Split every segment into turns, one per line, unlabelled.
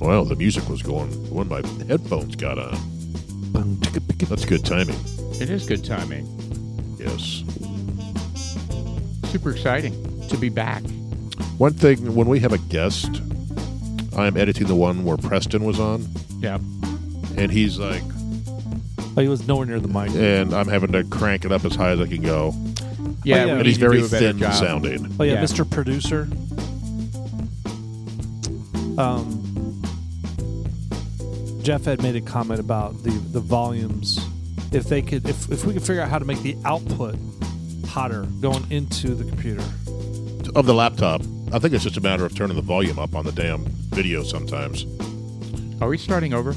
Well, the music was going when my headphones got on. That's good timing.
It is good timing.
Yes.
Super exciting to be back.
Oh,
One thing when we have a guest, I'm editing the one where Preston was on,
Yeah.
and he's like,
Oh, he was nowhere near the mic.
and I'm having to crank it up as high as I can go,
Yeah.
Oh, yeah.
we
and
need
he's
to do
very
a better
thin
job.
sounding.
Oh yeah,
Yeah.
Mr. Producer. Um, Jeff had made a comment about the the volumes. If they could, if if we could figure out how to make the output hotter going into the computer.
Of the laptop, I think it's just a matter of turning the volume up on the damn video sometimes.
Are we starting over?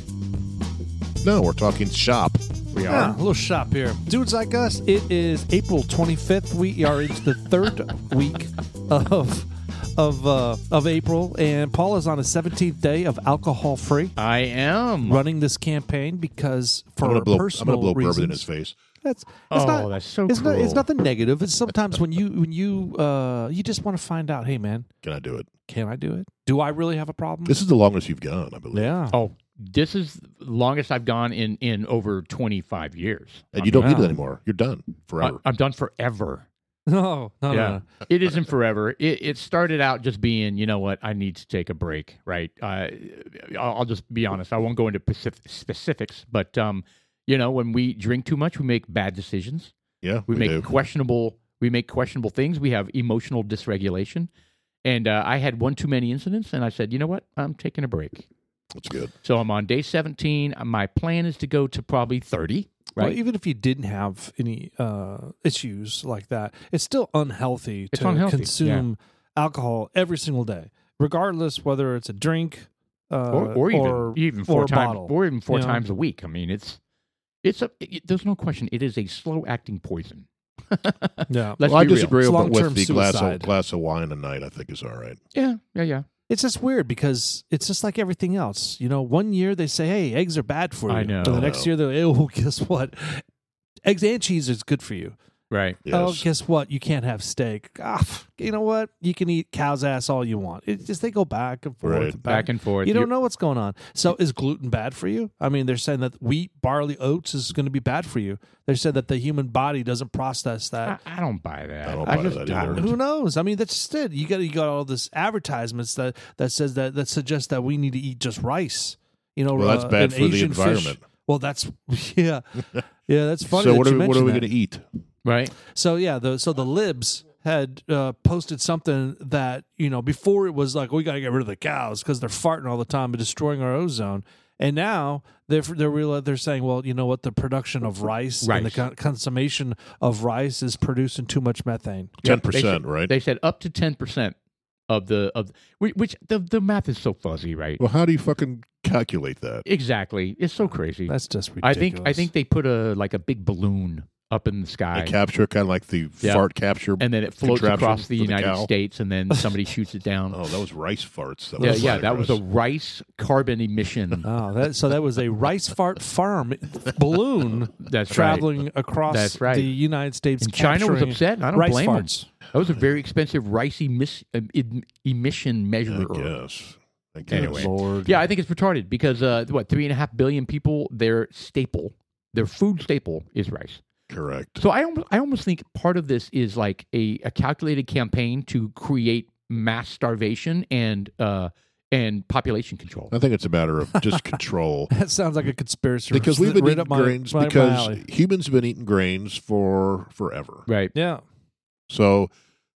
No, we're talking shop.
We
Yeah,
are.
a little shop here, dudes like us. It is April twenty fifth. We are into the third week of of uh, of April, and Paul is on his seventeenth day of alcohol free.
I am.
Running this campaign because for
I'm gonna blow, I'm
personal
gonna blow
reasons,
bourbon in his face.
That's, that's
Oh,
not,
that's so
it's not it's
cruel.
nothing negative. It's sometimes when you when you uh you just want to find out, hey man,
Can I do it?
can I do it? Do I really have a problem?
This is the longest you've gone, I believe.
yeah.
Oh, this is the longest I've gone in in over 25 years.
And you don't need it
Yeah.
anymore. You're done forever.
I, am done forever.
No, no, no, no.
it isn't forever. It, it started out just being, you know what, I need to take a break, right? Uh, I'll, I'll just be honest. I won't go into pacif- specifics, but um, you know, when we drink too much, we make bad decisions.
yeah,
we, make
do.
questionable we make questionable things we have emotional dysregulation and uh, i had one too many incidents and i said you know what i'm taking a break
That's good.
so i'm on day 17 my plan is to go to probably 30
Well, e-,
right
even if you didn't have any uh issues like that, it's still unhealthy
It's
to
unhealthy,
consume alcohol every single day, regardless whether it's a drink uh,
or, or even even four
or a
times
bottle.
or even four
you know?
times a week i mean it's it's a it- there's no question it is a slow acting poison
yeah.
let's
well, I
be real.
disagree
It's
with, with
long-term
the glass of,
suicide.
glass of wine a night. I think is all right.
yeah yeah yeah
It's just weird because it's just like everything else. You know, one year they say, "Hey, eggs are bad for you."
I know.
And the
I
next
know.
year they're, "Oh, guess what? Eggs and cheese is good for you."
right
Yes.
Oh, guess what? You can't have steak. Ah, pff, you know what? You can eat cow's ass all you want. It just they go back and forth,
Right.
and
back and forth
you
You're-
don't know what's going on. So is gluten bad for you? I mean, they're saying that wheat, barley, oats is going to be bad for you. They said that the human body doesn't process
I,
that.
I don't buy that
I don't buy
just
that either.
don't.
Who knows? I mean, that's just it. You got you got all this advertisements that that says that that suggests that we need to eat just rice. You know,
Well, that's
uh,
bad
and
for the
Asian fish.
environment.
Well, that's yeah, yeah. That's funny.
so
that
what
you
are, we- what are
mentioned
we
that.
going to eat?
right
So yeah, the so the libs had uh, posted something that you know before it was like we got to get rid of the cows because they're farting all the time and destroying our ozone. And now they're they're real they're saying, well, you know what, the production of rice, and the
Rice.
con- consummation of rice is producing too much methane.
Yeah,
Ten
they
percent,
said-
right?
They said up to ten percent of the of whi- which the the math is so fuzzy, right?
well, how do you fucking calculate that?
exactly, it's so crazy.
That's just
I
ridiculous.
think I think they put a like a big balloon up in the
I
sky,
capture kind of like the
Yeah.
fart capture.
and then it floats
contraption
across the
for the
United
cow.
States, and then somebody shoots it down.
oh, that was rice farts. That
yeah,
was
yeah, that was a
ridiculous.
rice carbon emission.
Oh, that, so that was a rice fart farm balloon
That's right.
traveling across
That's right.
the United States.
And China was
capturing
upset. and I don't
rice
blame 'em.
farts.
That was a very expensive rice emis- em- em- emission measure.
I guess. I guess.
Anyway.
Lord.
Yeah, I think it's retarded because uh, what three and a half billion people, their staple, their food staple is rice.
correct.
So I almost, I almost think part of this is like a, a calculated campaign to create mass starvation and uh, and population control.
Uh,
I think it's a matter of just control.
That sounds like a conspiracy.
Because we've been
Right
eating
up my-
grains
right up my
because
alley.
humans have been eating grains for forever.
Right.
yeah,
So,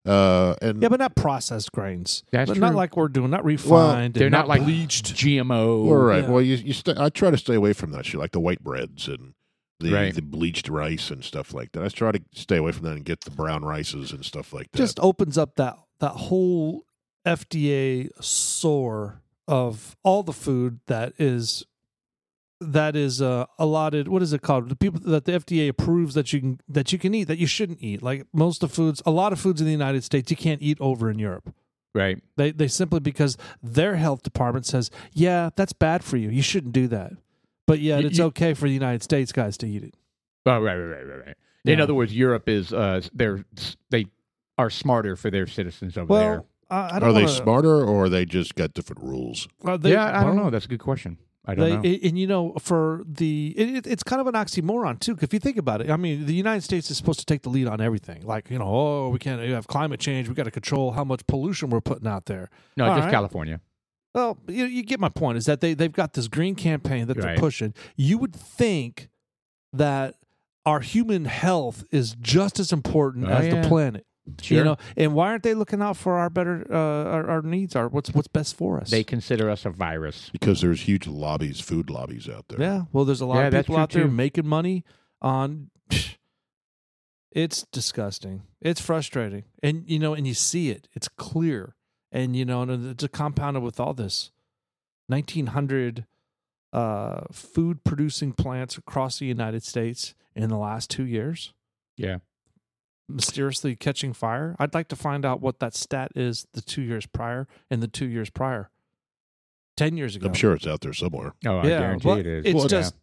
uh, and
yeah, but not processed grains.
That's
But not
true.
like we're doing. Not refined. and
They're not, like
bleached.
GMO.
All right.
Yeah.
Well, you, you st- I try to stay away from that shit, like the white breads and the,
Right.
the bleached rice and stuff like that. I try to stay away from that and get the brown rices and stuff like that.
Just opens up that that whole FDA sore of all the food that is that is uh, allotted. What is it called? The people that the FDA approves that you can that you can eat that you shouldn't eat. Like most of foods, a lot of foods in the United States you can't eat over in Europe.
Right.
They they simply because their health department says, yeah, that's bad for you. You shouldn't do that. But yet,
You-
it's
you-
okay for the United States guys to eat it.
Oh, right. Right. Right. Right. Right. In
Yeah.
other words, Europe is uh, they're they are smarter for their citizens over
Well,
there.
I, I don't
Are they
wanna-
smarter or they just got different rules?
Uh, they-
yeah, I don't
well,
know. That's a good question. I don't
they-
know.
and- And you know, for the it, it- it's kind of an oxymoron too. 'cause If you think about it, I mean, the United States is supposed to take the lead on everything. Like you know, oh, we can't have climate change. We got to control how much pollution we're putting out there.
no,
all
just
right.
California.
Well, you, you get my point. Is that they they've got this green campaign that
Right.
they're pushing. You would think that our human health is just as important
Oh,
as
yeah.
the planet.
Sure.
You know, and why aren't they looking out for our better uh, our, our needs? Our what's what's best for us?
they consider us a virus.
Because there's huge lobbies, food lobbies out there.
yeah. Well, there's a lot
Yeah,
of
that's
people
true,
out there
too.
making money on. It's disgusting. It's frustrating, and you know, and you see it. It's clear, and you know, and it's compounded with all this. Nineteen hundred uh, food producing plants across the United States in the last two years.
Yeah.
mysteriously catching fire. I'd like to find out what that stat is the two years prior and the two years prior. 10 years ago.
I'm sure it's out there somewhere.
Oh, I
Yeah,
guarantee
but
it is.
It's
Well, yeah.
just,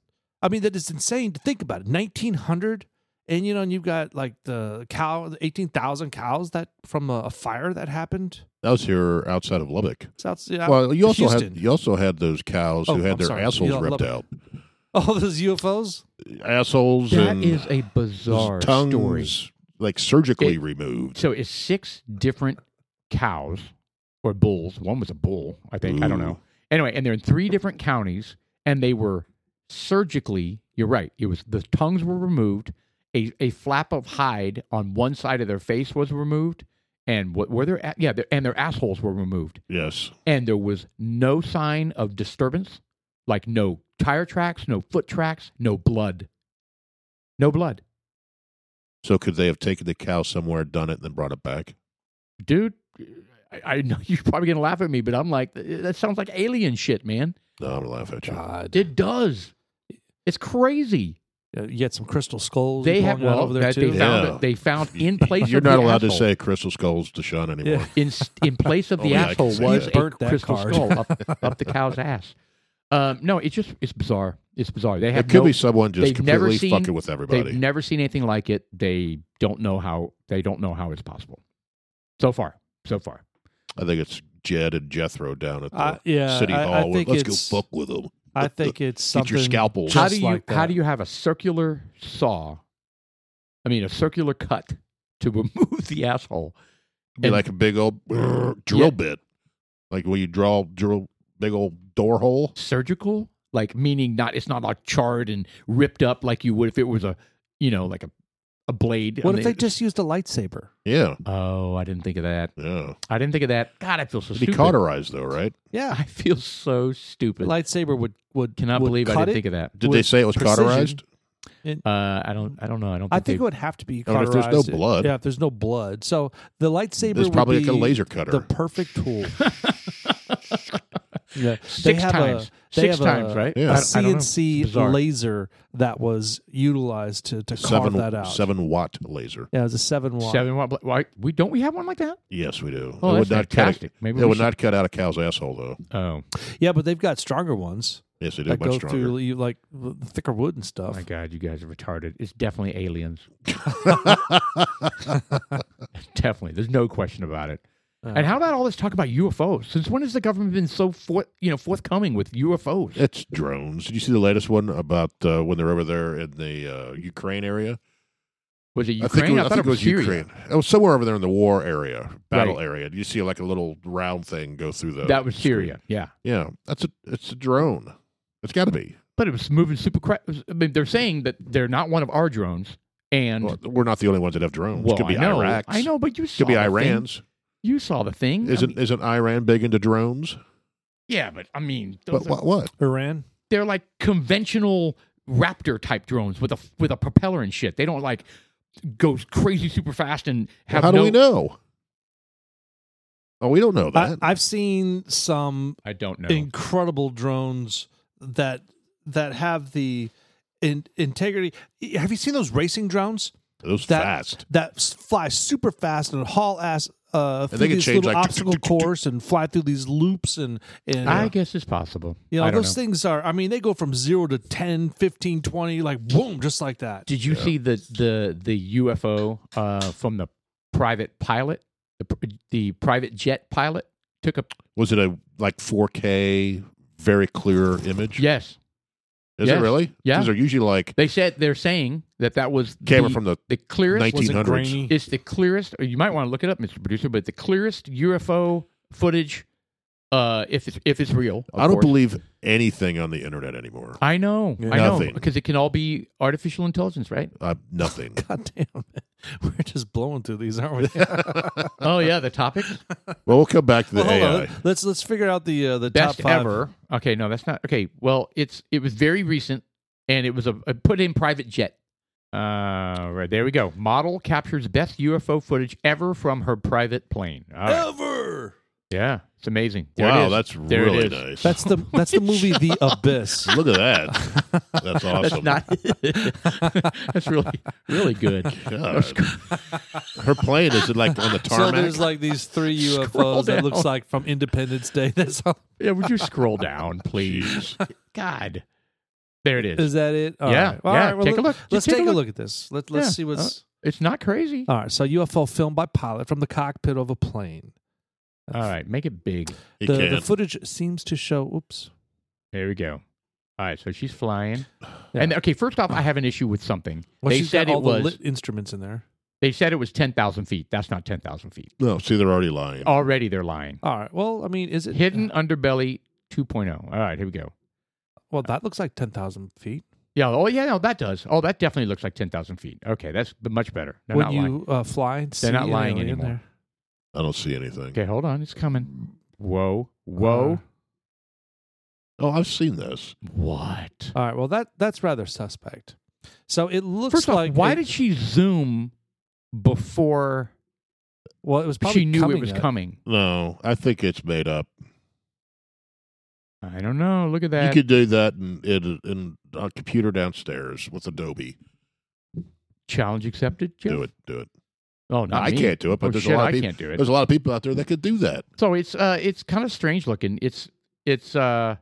I mean, that is insane to think about it. 1900, and you know, and you've got like the cow, the 18,000 cows that from a, a fire that happened.
That was here outside of Lubbock.
South, yeah.
well, you also
Houston.
had you also had those cows
Oh,
who had
I'm
their
sorry.
assholes
Yeah,
ripped
Lubbock.
out,
All those UFOs.
assholes
That
and
is a bizarre
tongues
story.
like surgically
It-
removed.
So it's six different cows or bulls. One was a bull, I think. I don't know.
Ooh.
Anyway, and they're in three different counties, and they were surgically. You're right. It was the tongues were removed. A a flap of hide on one side of their face was removed, and what were their a- yeah, their, and their assholes were removed,
Yes,
and there was no sign of disturbance, like no tire tracks, no foot tracks, no blood, no blood.
So could they have taken the cow somewhere, done it, and then brought it back?
dude. I, I know you're probably gonna laugh at me, but I'm like, that sounds like alien shit, man.
No, I'm laughing at you.
Uh,
God.
It does. It's crazy.
You had some crystal skulls
They
they
have well,
over there
that
too.
they found
Yeah.
it. They found in place.
You're
of the
not allowed to
asshole-
say Oh, crystal skulls to Sean anymore.
Yeah.
in in place of the
Only I can
asshole
say
was a
that.
Burnt that
crystal
card.
skull up, up the cow's ass. Um, no, it's just it's bizarre. It's bizarre. They have
It could
no,
be someone just
they've never
completely
seen-
fucking with
they've
everybody.
never seen anything like it. They don't know how they don't know how it's possible. So far, so far.
I think it's Jed and Jethro down at the
I,
uh,
yeah.
city
I,
hall.
I
with,
think
Let's
it's,
go fuck with them.
I think it's
Get
something.
your scalpels.
just
how do you
like
how
that.
do you have a circular saw? I mean, a circular cut to remove the asshole.
be
and-
like a big old brrr, drill
Yeah.
bit, like when you draw drill big old door hole.
Surgical, like meaning not it's not like charred and ripped up like you would if it was a you know like a a blade.
What
I
if they
mean-
just used a lightsaber?
Yeah,
Oh, I didn't think of that.
yeah.
I didn't think of that. God, I feel so
It'd be
stupid.
cauterized though, right?
Yeah.
I feel so stupid.
lightsaber would would
Cannot
would
believe I
cut
didn't
it.
think of that.
Did
With
they say it was
precision.
cauterized?
Uh, I don't. I don't know. I don't. Think
I think it
they-
would have to be
I mean, Oh, if
cauterized.
there's no blood.
yeah, if there's no blood, so the lightsaber
It's
would
probably like
be
a laser
the
cutter.
perfect tool. yeah,
six
have a-
times.
they
six
have a-
times, right?
Yeah.
a
I-
I don't know. It's
CNC
bizarre.
laser that was utilized to to carve
Seven,
that out.
seven watt laser.
Yeah, it was a seven watt.
Seven. What? Why? We don't. We have one like that.
Yes, we do.
Oh,
it
that's
would not
fantastic.
cut.
Maybe
it
we
would
should-
not cut out a cow's asshole though.
Oh
Yeah, but they've got stronger ones
Yes, it is
that
much
go
stronger.
through you like w- thicker wood and stuff.
my God, you guys are retarded. It's definitely aliens. Definitely. There's no question about it. And how about all this talk about UFOs? Since when has the government been so forth, you know, forthcoming with UFOs?
It's drones. Did you see the latest one about uh, when they're over there in the uh, Ukraine area?
Was it
I think it
Ukraine?
was,
I, thought it was, Syria.
Ukraine. It was somewhere over there in the war area, battle
Right.
area. You see like a little round thing go through the.
That was
screen.
Syria. Yeah,
Yeah, that's a it's a drone. It's got to be.
but it was moving super. Cra- I mean, they're saying that they're not one of our drones, and
Well, we're not the only ones that have drones.
Well,
could be
I know,
Iraq's.
I know, but you saw
Could be
the thing.
Iran's.
You saw the thing. I
Isn't
mean,
isn't Iran big into drones?
yeah, but I mean, those
But
are-
what what?
Iran?
they're like conventional Raptor type drones with a with a propeller and shit. They don't like go crazy super fast and have
How
no.
do we know? Oh, we don't know
I,
that.
I've seen some
I don't know.
incredible drones that that have the in, integrity. Have you seen those racing drones
Those
that-
fast.
that s- fly super fast and haul ass uh, through
they can
these
change,
little
like,
obstacle course and fly through these loops and and uh,
I guess it's possible.
you know
I don't
those
know.
things are. I mean, they go from zero to 10, 15, 20, like boom, just like that.
Did you see the the the UFO uh, from the private pilot, the the pr- the private jet pilot took a
Was it a like 4K, very clear image?
yes.
Is
yes.
it really?
Yeah.
These are usually like
They said they're saying that that was
camera
the,
from the
the clearest.
Nineteen-
was-
Was
Was it
it
1800s.
grainy?
grainy?
it's the clearest. Or you might want to look it up, Mr. Producer. But the clearest UFO footage, uh, if it's, if it's real. of
I don't
course.
believe anything on the internet anymore.
I know.
Yeah.
I know
Nothing.
because it can all be artificial intelligence, right?
Uh, nothing.
God damn it. We're just blowing through these, aren't we?
Oh yeah, the topics
well, we'll come back to the
Well, hold
AI.
on. Let's let's figure out the uh, the
uh, best
top five.
ever. Okay, no, that's not okay. Well, it's it was very recent, and it was a, a put in private jet. Uh, right there we go. Model captures best UFO footage ever from her private plane. All right.
Ever.
Yeah, it's amazing. There it
Wow,
is.
that's
There it
really
is.
nice.
That's the that's the movie The Abyss.
Look at that. That's
that's
awesome.
not. that's really really good.
God. Her plane is it like on the
So
tarmac?
there's like these three
Scroll
UFOs that
down.
looks like from Independence Day. That's all.
Yeah, would you scroll down, please? God, there it is.
Is that it? All
yeah,
right. All
yeah.
right, well,
take a look.
Let's
Just
take a look at this. Let Let's
Yeah.
see what's.
It's not crazy.
All right. So UFO filmed by pilot from the cockpit of a plane. Uh,
All right, make it big.
He
The, the
can't.
footage seems to show. Oops.
There we go. All right, so she's flying.
Yeah.
And okay, first off, I have an issue with something.
Well,
they
she's
said
got all
it was.
the lit instruments in there.
they said it was ten thousand feet. That's not ten thousand feet.
no, see, they're already lying.
Already they're lying.
All right. Well, I mean, is it
Hidden underbelly 2.0. All right, here we go.
uh, Well, that looks like ten thousand feet.
Yeah. Oh yeah. No, that does. Oh, that definitely looks like ten thousand feet. Okay, that's b- much better. They're
when
not
you
lying.
Uh, fly, and see
They're not
an
lying
alien
anymore.
there.
I don't see anything.
Okay, hold on. It's coming. Whoa. Whoa.
Uh, Oh, I've seen this.
what?
All right. Well, that that's rather suspect. So it looks
First off,
like
why
it-
did she zoom before
well it was probably
she knew
coming
it was
at-
coming?
No, I think it's made up.
I don't know. Look at
You
that.
could do that in, in, in a computer downstairs with Adobe.
Challenge accepted. Jeff?
Do it, do it.
Oh, not
I
me.
can't do it, but
Oh,
there's
shit,
a lot
I
of people.
can't do it.
There's a lot of people out there that could do that.
So it's uh it's kind of strange looking. It's it's uh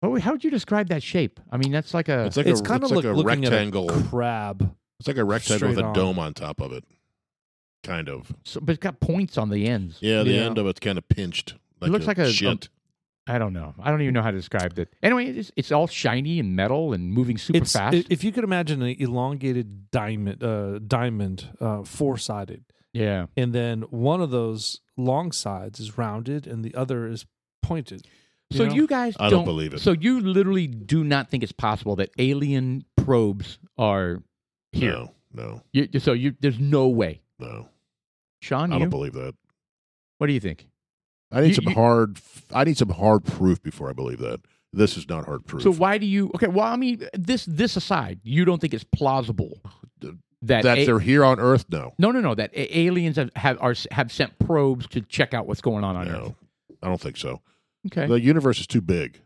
what, how would you describe that shape? I mean that's like a
It's like
it's
a,
kind
it's
of
like
look,
a
looking
rectangle.
at a crab.
it's like a rectangle with
straight
a
on.
dome on top of it, kind of.
so- but it's got points on the ends.
Yeah, the
Yeah.
end of it's kind of pinched. Like
looks like a-
shit.
I don't know. I don't even know how to describe it. Anyway, it's it's all shiny and metal and moving super
It's
fast.
i- if you could imagine an elongated diamond, uh, diamond, uh, four sided,
yeah.
and then one of those long sides is rounded and the other is pointed.
so
know?
you guys
I don't believe it.
So you literally do not think it's possible that alien probes are here.
No, no,
You, so you there's no way.
no.
Sean,
I
you
don't believe that.
what do you think?
I need
You-
some
you-
hard. f- I need some hard proof before I believe that. This is not hard proof.
So why do you Okay, well I mean this this aside, you don't think it's plausible that
that
a-
they're here on Earth? No,
No, no, no. That a- aliens have have, are, have sent probes to check out what's going on on Earth.
no, I don't think so.
Okay.
The universe is too big.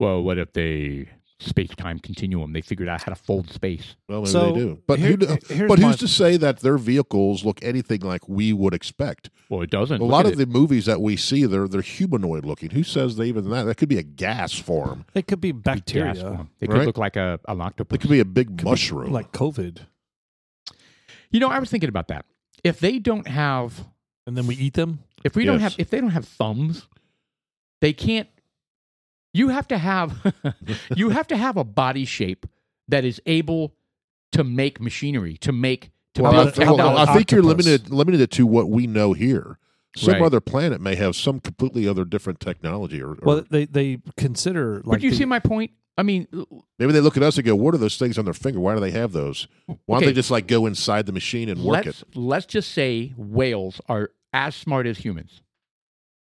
well, what if they space time continuum? They figured out how to fold space.
Well, maybe
So,
they do. But
here-
who kn-
here's
but
my-
who's to say that their vehicles look anything like we would expect?
Well, it doesn't.
A lot of the movies that we see, they're they're humanoid looking. Who says they even that? That could be a gas form.
It could be bacteria,
They could
right?
look like a an octopus.
It could be a big mushroom.
like COVID,
you know, I was thinking about that. If they don't have,
and then we eat them.
if we don't
Yes.
have, if they don't have thumbs, they can't. You have to have, you have to have a body shape that is able to make machinery, to make to
well, I,
build
about- how
well,
technology.
about
I think you're
octopus?
limited limited to what we know here. Some
Right.
other planet may have some completely other different technology, or, or
Well, they they consider like
but you
the-
see my point. I mean,
maybe they look at us and go, "What are those things on their finger? Why do they have those? Why don't
Okay.
they just like go inside the machine and work
let's,
it?"
Let's just say whales are as smart as humans.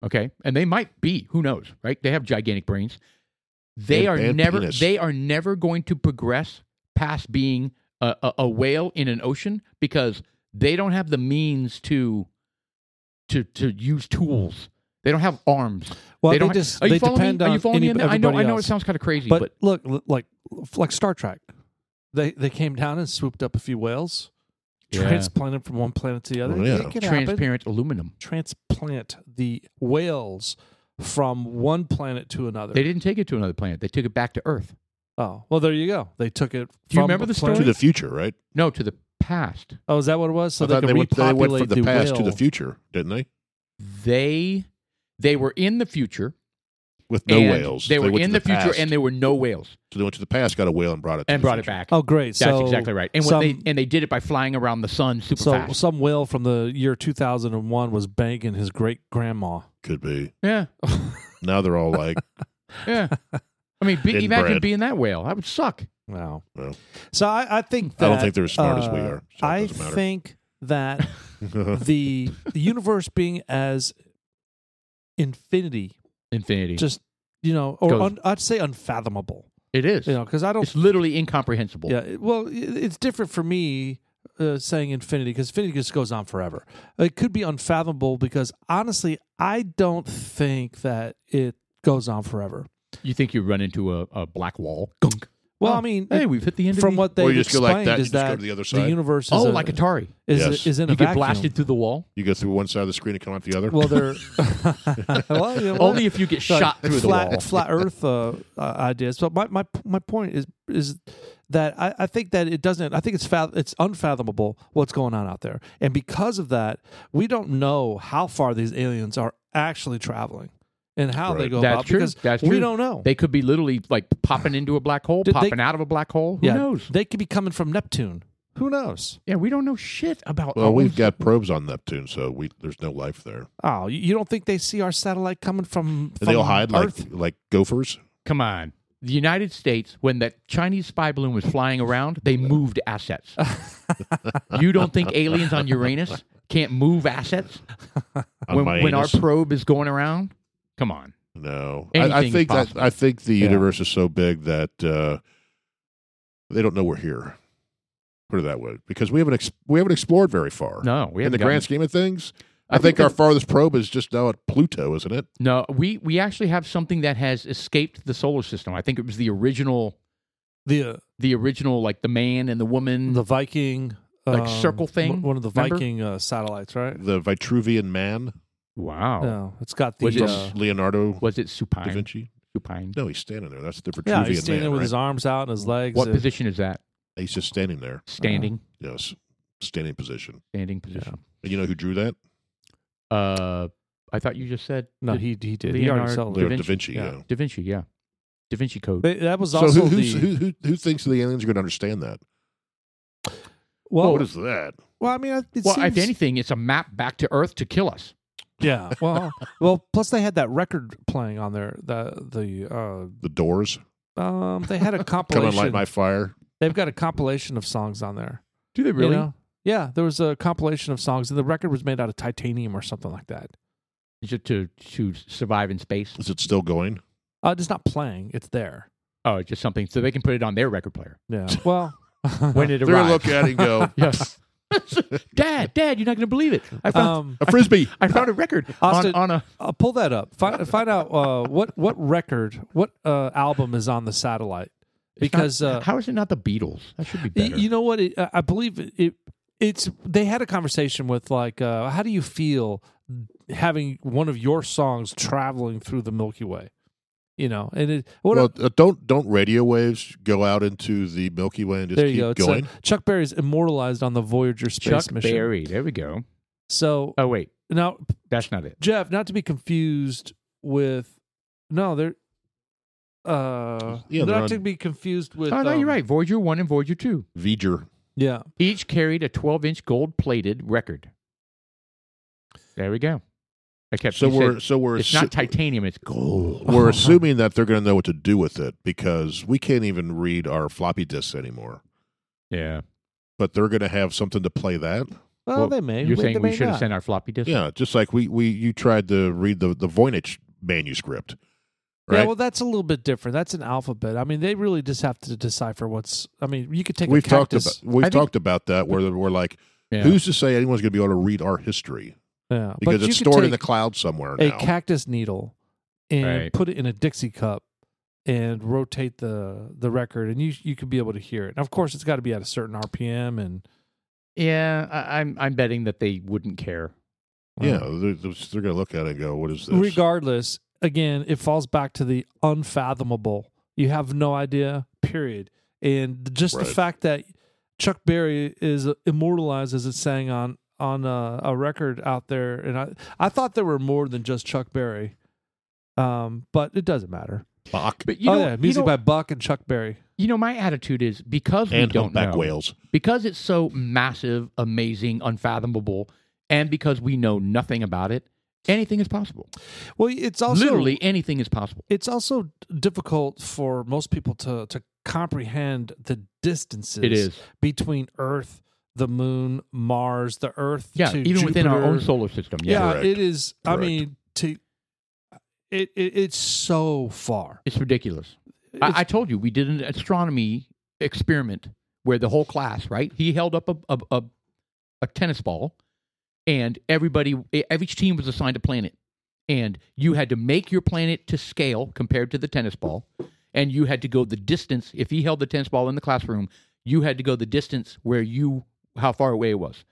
Okay? And they might be, who knows, right? They have gigantic brains. They
And-
are
and
never
penis.
they are never going to progress past being a, a, a whale in an ocean because they don't have the means to to to use tools. They don't have arms.
well,
they don't ha-
just
are you
they
following
depend
me? Are you
on
following
any,
me? in there? I know
everybody
I know it
else.
sounds kind of crazy,
But,
but,
look, l- like like Star Trek, they they came down and swooped up a few whales,
Yeah.
transplanted from one planet to the other.
Well, yeah.
It can happen.
transparent aluminum.
Transplant the whales from one planet to another.
They didn't take it to another planet. They took it back to Earth.
oh, well, there you go. They took it.
Do you
from
remember
a
the
planet-
To
story?
the future, right?
No, to the past.
Oh, is that what it was? So
I
they
thought
could
they went, they
repopulate
went from the past
will.
to the future, didn't they?
They they were in the future.
With no
and
whales.
They were
went to
in the, future,
past.
and there were no whales,
so they went to the past, got a whale, and brought it. To
and
the
brought it
future.
back.
Oh, great.
That's
so,
exactly right. And when
some-
they and they did it by flying around the sun super
So
fast.
some whale from the year 2001 was banging his great grandma.
Could be.
Yeah,
Now they're all like,
yeah. I mean, be,
Inbred.
imagine being that whale. That would suck.
Wow.
Well.
so I, I think that
I don't think they're as smart as we
uh,
are. So
I
it doesn't matter.
think that the the universe being as infinity,
Infinity.
just you know, or
Goes-
un, I'd say unfathomable.
it is.
You know, because I don't.
It's literally incomprehensible.
Yeah. it- Well, i- it's different for me uh, saying infinity because infinity just goes on forever. It could be unfathomable because honestly, I don't think that it goes on forever.
You think you run into a, a black wall? Gunk.
Well,
Oh,
I mean,
Hey, we've hit the end.
from
of the,
what they
Or you just go
explained
like that, you
is
just
that
go to the other side.
universe is
Oh,
a,
like Atari.
is,
Yes.
is in a
You get
vacuum.
blasted through the wall.
you go through one side of the screen and come out the other.
Well, they're well, you know,
Only if you get
like
shot through the
flat
wall.
flat Earth uh, uh, ideas. But my, my my point is is that I, I think that it doesn't. I think it's fath- it's unfathomable what's going on out there, and because of that, we don't know how far these aliens are actually traveling and how they
Right.
go
That's
about.
true.
Because
That's
we
true.
don't know.
They could be literally like popping into a black hole,
Did they-
popping out of a black hole. Who
Yeah.
knows?
They could be coming from Neptune. Who knows?
Yeah, we don't know shit about.
Well,
all
we've
this-
got probes on Neptune, so we there's no life there.
Oh, you- you don't think they see our satellite coming from?
And they'll
from
hide
Earth?
like like gophers.
Come on. The United States, when that Chinese spy balloon was flying around, they moved assets. you don't think aliens on Uranus can't move assets
On
when,
my
when our
anus.
probe is going around? Come on.
no, I, I
Anything's
think that
possible.
I think the
Yeah.
universe is so big that uh, they don't know we're here. Put it that way, because we haven't ex- we haven't explored very far.
No, we
in
haven't
the
gotten-
grand scheme of things, I,
I
think
think
our
it-
farthest probe is just now at Pluto, isn't it?
No, we we actually have something that has escaped the solar system. I think it was the original,
the uh,
the original, like the man and the woman.
the Viking
Mm. Like
um,
circle thing,
w- One of the
remember?
Viking uh, satellites, right?
The Vitruvian Man
wow,
No, it's got
Was
the.
it-
uh,
Leonardo
was it supine?
da Vinci.
Supine.
No, he's standing there. That's the Vitruvian
yeah, he's standing
Man.
with
right?
his arms out and his legs.
What
and-
position is that?
He's just standing there.
Standing,
Yes, standing position.
standing position.
And you know who drew that?
Uh, I thought you just said
No,
Da-
he he did. he
Leonardo
already sold
Da
it.
Leo Da Vinci.
Vinci?
Yeah.
yeah.
Da Vinci. Yeah, Da Vinci Code.
They- That was
So
also
who, who's,
the.
who, who who thinks the aliens are going to understand that?
well,
what is that?
well, I mean, it
well,
seems,
if anything, it's a map back to Earth to kill us.
yeah. Well, well. Plus, they had that record playing on there. The
The Doors.
the uh, um, they had a
Come
compilation.
and light my fire.
They've got a compilation of songs on there.
Do they
you know? Yeah, there was a compilation of songs, and the record was made out of titanium or something like that.
Just to to survive in space?
Is it still going?
Uh, it's not playing; it's there.
Oh, it's just something so they can put it on their record player
Yeah. Well,
when it
They're going to look
arrives.
at it and go,
Yes. Dad, Dad, you're not going to believe it. I found
um,
a frisbee.
I found a record on,
Austin-
on a.
I'll Uh, pull that up. Find, find out uh, what what record, what uh, album is on the satellite? Because uh,
how is it not the Beatles? That should be
y-
better.
you know what? It, I I believe it, it. It's they had a conversation with like, uh, how do you feel having one of your songs traveling through the Milky Way? You know, and it, what
well, uh, don't don't radio waves go out into the Milky Way and just
there
keep
you go. It's, uh,
going?
Chuck Berry's immortalized on the Voyager space
Chuck
mission.
Berry. There we go.
So
Oh wait,
now,
that's not it.
Jeff, not to be confused with no, they're uh,
Yeah, they're
not
on-
to be confused with.
oh no,
um,
you're right. Voyager one and Voyager two
V'ger.
Yeah.
each carried a 12-inch gold-plated record. There we go. I kept.
So
you
we're
said
so we're
it's
assu-
not titanium. It's gold.
Oh.
we're assuming that they're going to know what to do with it because we can't even read our floppy disks anymore.
Yeah.
But they're going to have something to play that.
Well,
Well,
they may.
You're
they
saying
may
we should have
not.
sent our floppy disk.
Yeah, just like we we you tried to read the the Voynich manuscript, right?
Yeah, well, that's a little bit different. That's an alphabet. I mean, they really just have to decipher what's. I mean, you could take
we've
a
talked
cactus.
about we've
I think-
talked about that where we're like,
Yeah.
who's to say anyone's going to be able to read our history
yeah, but
because
you
it's
could
stored in the
take
cloud somewhere
a
now.
cactus needle and
Right.
put it in a Dixie cup and rotate the the record, and you you could be able to hear it. And of course, it's got to be at a certain RPM, and
Yeah, I, I'm. I'm betting that they wouldn't care.
yeah, they're, they're going to look at it and go, "What is this?"
regardless, again, it falls back to the unfathomable. You have no idea, period. And just
Right.
the fact that Chuck Berry is immortalized as it's sang on on a, a record out there, and I I thought there were more than just Chuck Berry, um, but it doesn't matter.
Bach
But you
oh
know,
yeah, music
you know,
by Buck and Chuck Berry.
you know, my attitude is because we
and
don't
humpback
know,
whales.
because it's so massive, amazing, unfathomable, and because we know nothing about it, anything is possible.
Well, it's also
Literally anything is possible.
it's also difficult for most people to to comprehend the distances
It is.
between Earth, the Moon, Mars, the Earth.
Yeah,
to
even within our own
Jupiter.
solar system. Yeah.
Yeah,
Correct.
it is. I
Correct.
mean, to it, it it's so far.
It's ridiculous.
It's-
I, I told you we did an astronomy experiment where the whole class, right? He held up a a, a, a tennis ball, and everybody, e, every team was assigned a planet, and you had to make your planet to scale compared to the tennis ball, and you had to go the distance. If he held the tennis ball in the classroom, you had to go the distance where you how far away it was,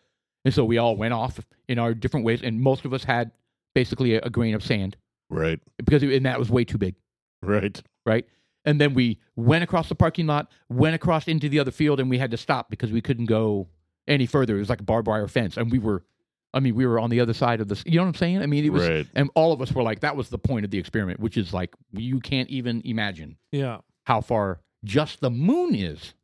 and so we all went off in our different ways, and most of us had basically a, a grain of sand
Right,
because it, and that was way too big
right.
right? And then we went across the parking lot, went across into the other field, and we had to stop because we couldn't go any further. It was like a barbed wire fence, and we were, I mean, we were on the other side of this. You know what I'm saying? I mean, it was,
Right.
and all of us were like, that was the point of the experiment, which is like you can't even imagine
yeah,
how far just the moon is.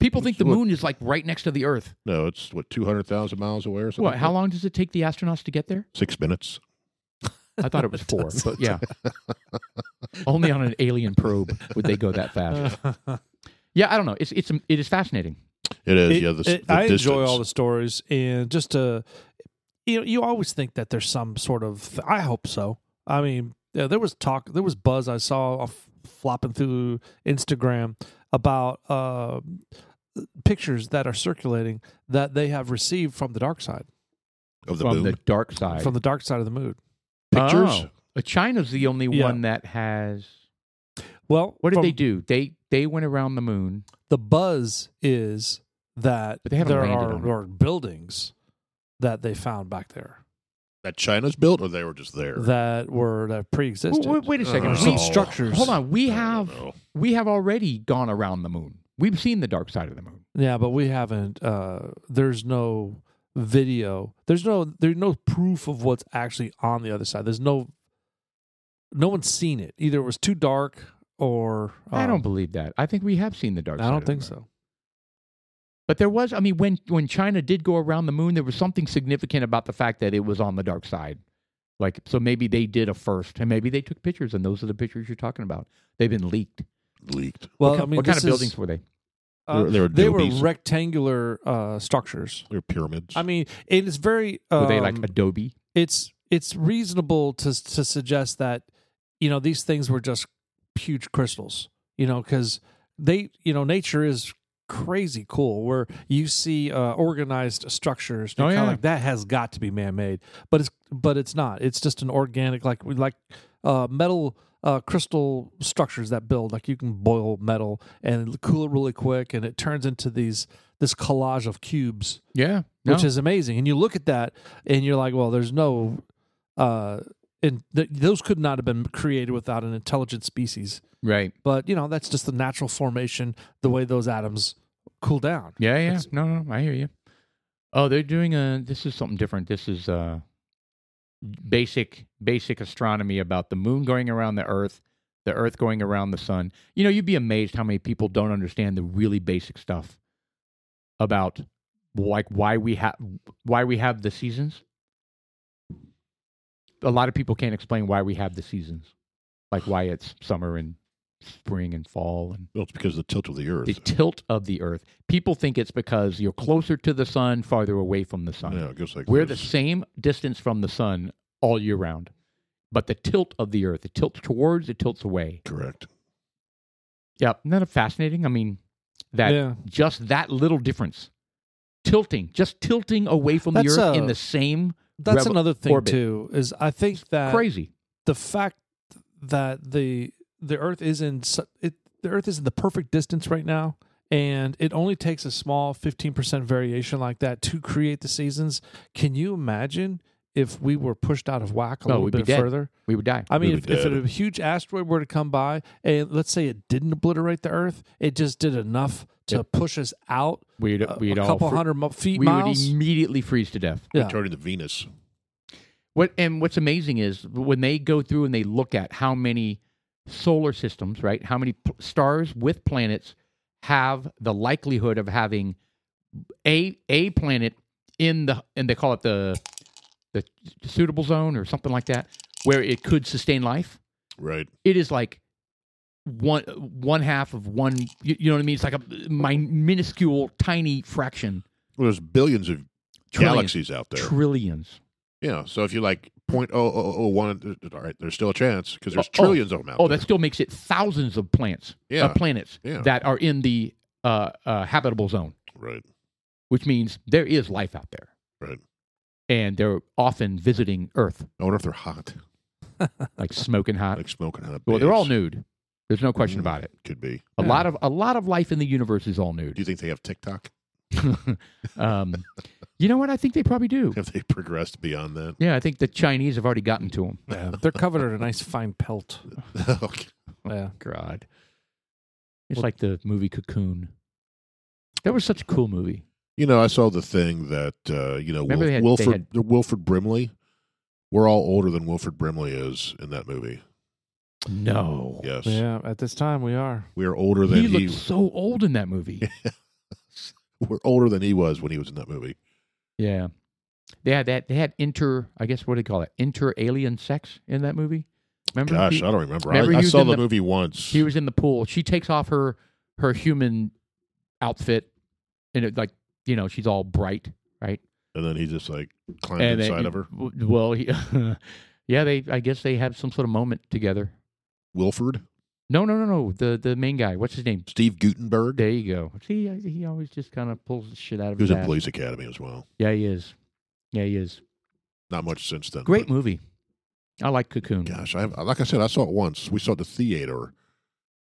People think the
Well-
moon is like right next to the Earth.
No, it's what two hundred thousand miles away or something.
What? How long does it take the astronauts to get there?
Six minutes.
I thought it was four, but yeah. Only on an alien probe would they go that fast. Yeah, I don't know. It's it's it is fascinating.
It is.
It-
yeah, the,
it-
the
I
distance.
enjoy all the stories, and just to you know, you always think that there's some sort of. I hope so. I mean, yeah, there was talk, there was buzz I saw off- flopping through Instagram about uh, pictures that are circulating that they have received from the dark side,
of the
from
moon.
the dark side.
from the dark side of the moon.
Pictures.
Oh. But China's the only
Yeah.
one that has.
Well,
What did
from-
they do? They they went around the moon.
the buzz is that
But they haven't
there
landed
are,
on it.
are buildings that they found back there
that China's built, or they were just there.
that were that pre-existed
Wait, wait a second.
or
Uh,
We-
some
Oh.
structures.
hold on. We
I don't
have
know.
we have already gone around the moon. We've seen the dark side of the moon.
Yeah, but we haven't. Uh, there's no video. There's no. There's no proof of what's actually on the other side. There's no. No one's seen it. Either it was too dark or
I
um,
don't believe that. I think we have seen the dark side.
I
of
don't
the
think
moon.
so.
But there was. I mean, when when China did go around the moon, there was something significant about the fact that it was on the dark side. Like so, maybe they did a first, and maybe they took pictures, and those are the pictures you're talking about. They've been leaked.
leaked.
Well,
what
I
kind,
mean,
what kind
this
of buildings
is-
were they?
uh,
they were,
they were
adobe-
rectangular uh, structures.
they were pyramids.
I mean, it is very. Um,
Were they like Adobe?
it's it's reasonable to to suggest that you know these things were just huge crystals you know because they you know nature is crazy cool where you see uh, organized structures
Oh,
kind of
yeah.
like that has got to be man-made but it's but it's not it's just an organic like we like uh, metal uh, crystal structures that build like you can boil metal and cool it really quick and it turns into these this collage of cubes
Yeah, no.
which is amazing. And you look at that and you're like, well, there's no, uh, and th- those could not have been created without an intelligent species.
right.
But you know, that's just the natural formation, the way those atoms cool down.
Yeah, yeah.
It's-
no, no, no, I hear you. Oh, they're doing a. This is something different. This is uh, basic basic astronomy about the moon going around the Earth, the Earth going around the sun. You know, you'd be amazed how many people don't understand the really basic stuff about like why we have why we have the seasons. A lot of people can't explain why we have the seasons, like why it's summer and spring and fall and
well, it's because of the tilt of the earth.
the tilt of the earth. People think it's because you're closer to the sun, farther away from the sun.
yeah, it goes like
We're the
this.
same distance from the sun all year round, but the tilt of the earth, it tilts towards, it tilts away.
correct.
Yeah, isn't that fascinating? I mean, that
yeah.
just that little difference, tilting, just tilting away from
That's,
the earth
uh,
in the same
That's
Rev-
another thing
orbit.
too, is I think
uh,
that
crazy.
the fact that the, the earth is in, su- it, the earth is in the perfect distance right now. And it only takes a small 15% variation like that to create the seasons. Can you imagine
if we were pushed out of whack a
No,
little
we'd be
bit
dead.
further.
We would die.
I mean,
We'd
if,
be
if
dead.
a huge asteroid were to come by and let's say it didn't obliterate the Earth, it just did enough to
Yep.
push us out
We'd
a,
we'd
a
all
couple
fr-
hundred mi- feet
we
miles.
would immediately freeze to death.
yeah.
Turn into Venus.
What and what's amazing is when they go through and they look at how many solar systems, right? How many p- stars with planets have the likelihood of having a a planet in the and they call it the the suitable zone or something like that, where it could sustain life.
Right.
It is like one one half of one. You, you know what I mean? It's like a min- minuscule, tiny fraction.
Well, there's billions of
Trillions.
galaxies out there.
Trillions.
Yeah. So if you like point oh oh oh one, all right, there's still a chance because there's
Oh, oh.
trillions of them out
Oh,
there.
that still makes it thousands of plants,
Yeah.
of planets
Yeah.
that are in the uh, uh, habitable zone,
Right.
which means there is life out there.
Right.
And they're often visiting Earth,
I wonder if they're hot,
like smoking hot.
like smoking hot.
well, they're all Oh.
babes.
nude. There's no question
Mm.
about it.
Could be.
A
Yeah.
lot of a lot of life in the universe is all
Do
nude.
you think they have TikTok?
um, you know what? I think they probably do.
Have they progressed beyond that?
Yeah, I think the Chinese have already gotten to them.
Yeah, They're covered in a nice fine pelt.
Okay.
Yeah.
God, it's like the movie Cocoon. That was such a cool movie.
You know, I saw the thing that uh, you know
Remember
Wil-
they had- they
Wilfred Wilfred Brimley. We're all older than Wilfred Brimley is in that movie.
No.
Yes,
Yeah. At this time, we are.
we are older than
he
he.
looked so old in that movie.
We're older than he was when he was in that movie.
yeah. They had that they had inter I guess what do they call it? Inter alien sex in that movie. Remember?
Gosh, oh.
he,
I don't remember.
remember
I, I
he was
saw
in
the,
the-
movie once.
he was in the pool. She takes off her her human outfit and it like you know, she's all bright, right?
and then he just like climbed
And they-
inside of her.
w- Well, he, yeah, they I guess they have some sort of moment together.
Wilfred,
No, no, no, no. The the main guy, what's his name?
Steve Gutenberg.
There you go. See, I- he always just kind of pulls the shit out of
he was
his
in
ass.
Police Academy as well.
Yeah, he is. Yeah, he is.
Not much since then.
Great movie. I like Cocoon.
but gosh, I have, like I said, I saw it once. We saw it at the theater.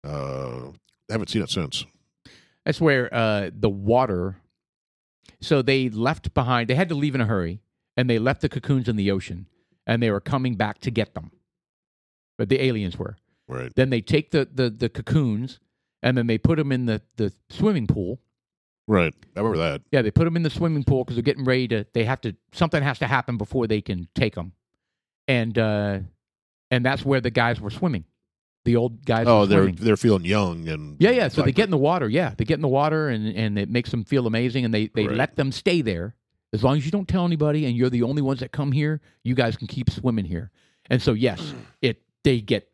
Uh, haven't seen it since.
That's where uh, the water. So they left behind. They had to leave in a hurry, and they left the cocoons in the ocean, and they were coming back to get them. But the aliens were.
Right.
Then they take the the, the cocoons, and then they put them in the the swimming pool.
Right. I remember that.
Yeah, they put them in the swimming pool because they're getting ready to. They have to. Something has to happen before they can take them, and uh, and that's where the guys were swimming. The old guys.
Oh,
were
they're
swimming.
they're feeling young and
Yeah, yeah. So they
vibrant.
get in the water. Yeah, they get in the water, and and it makes them feel amazing. And they they
Right.
let them stay there as long as you don't tell anybody, and you're the only ones that come here. You guys can keep swimming here. And so yes, it they get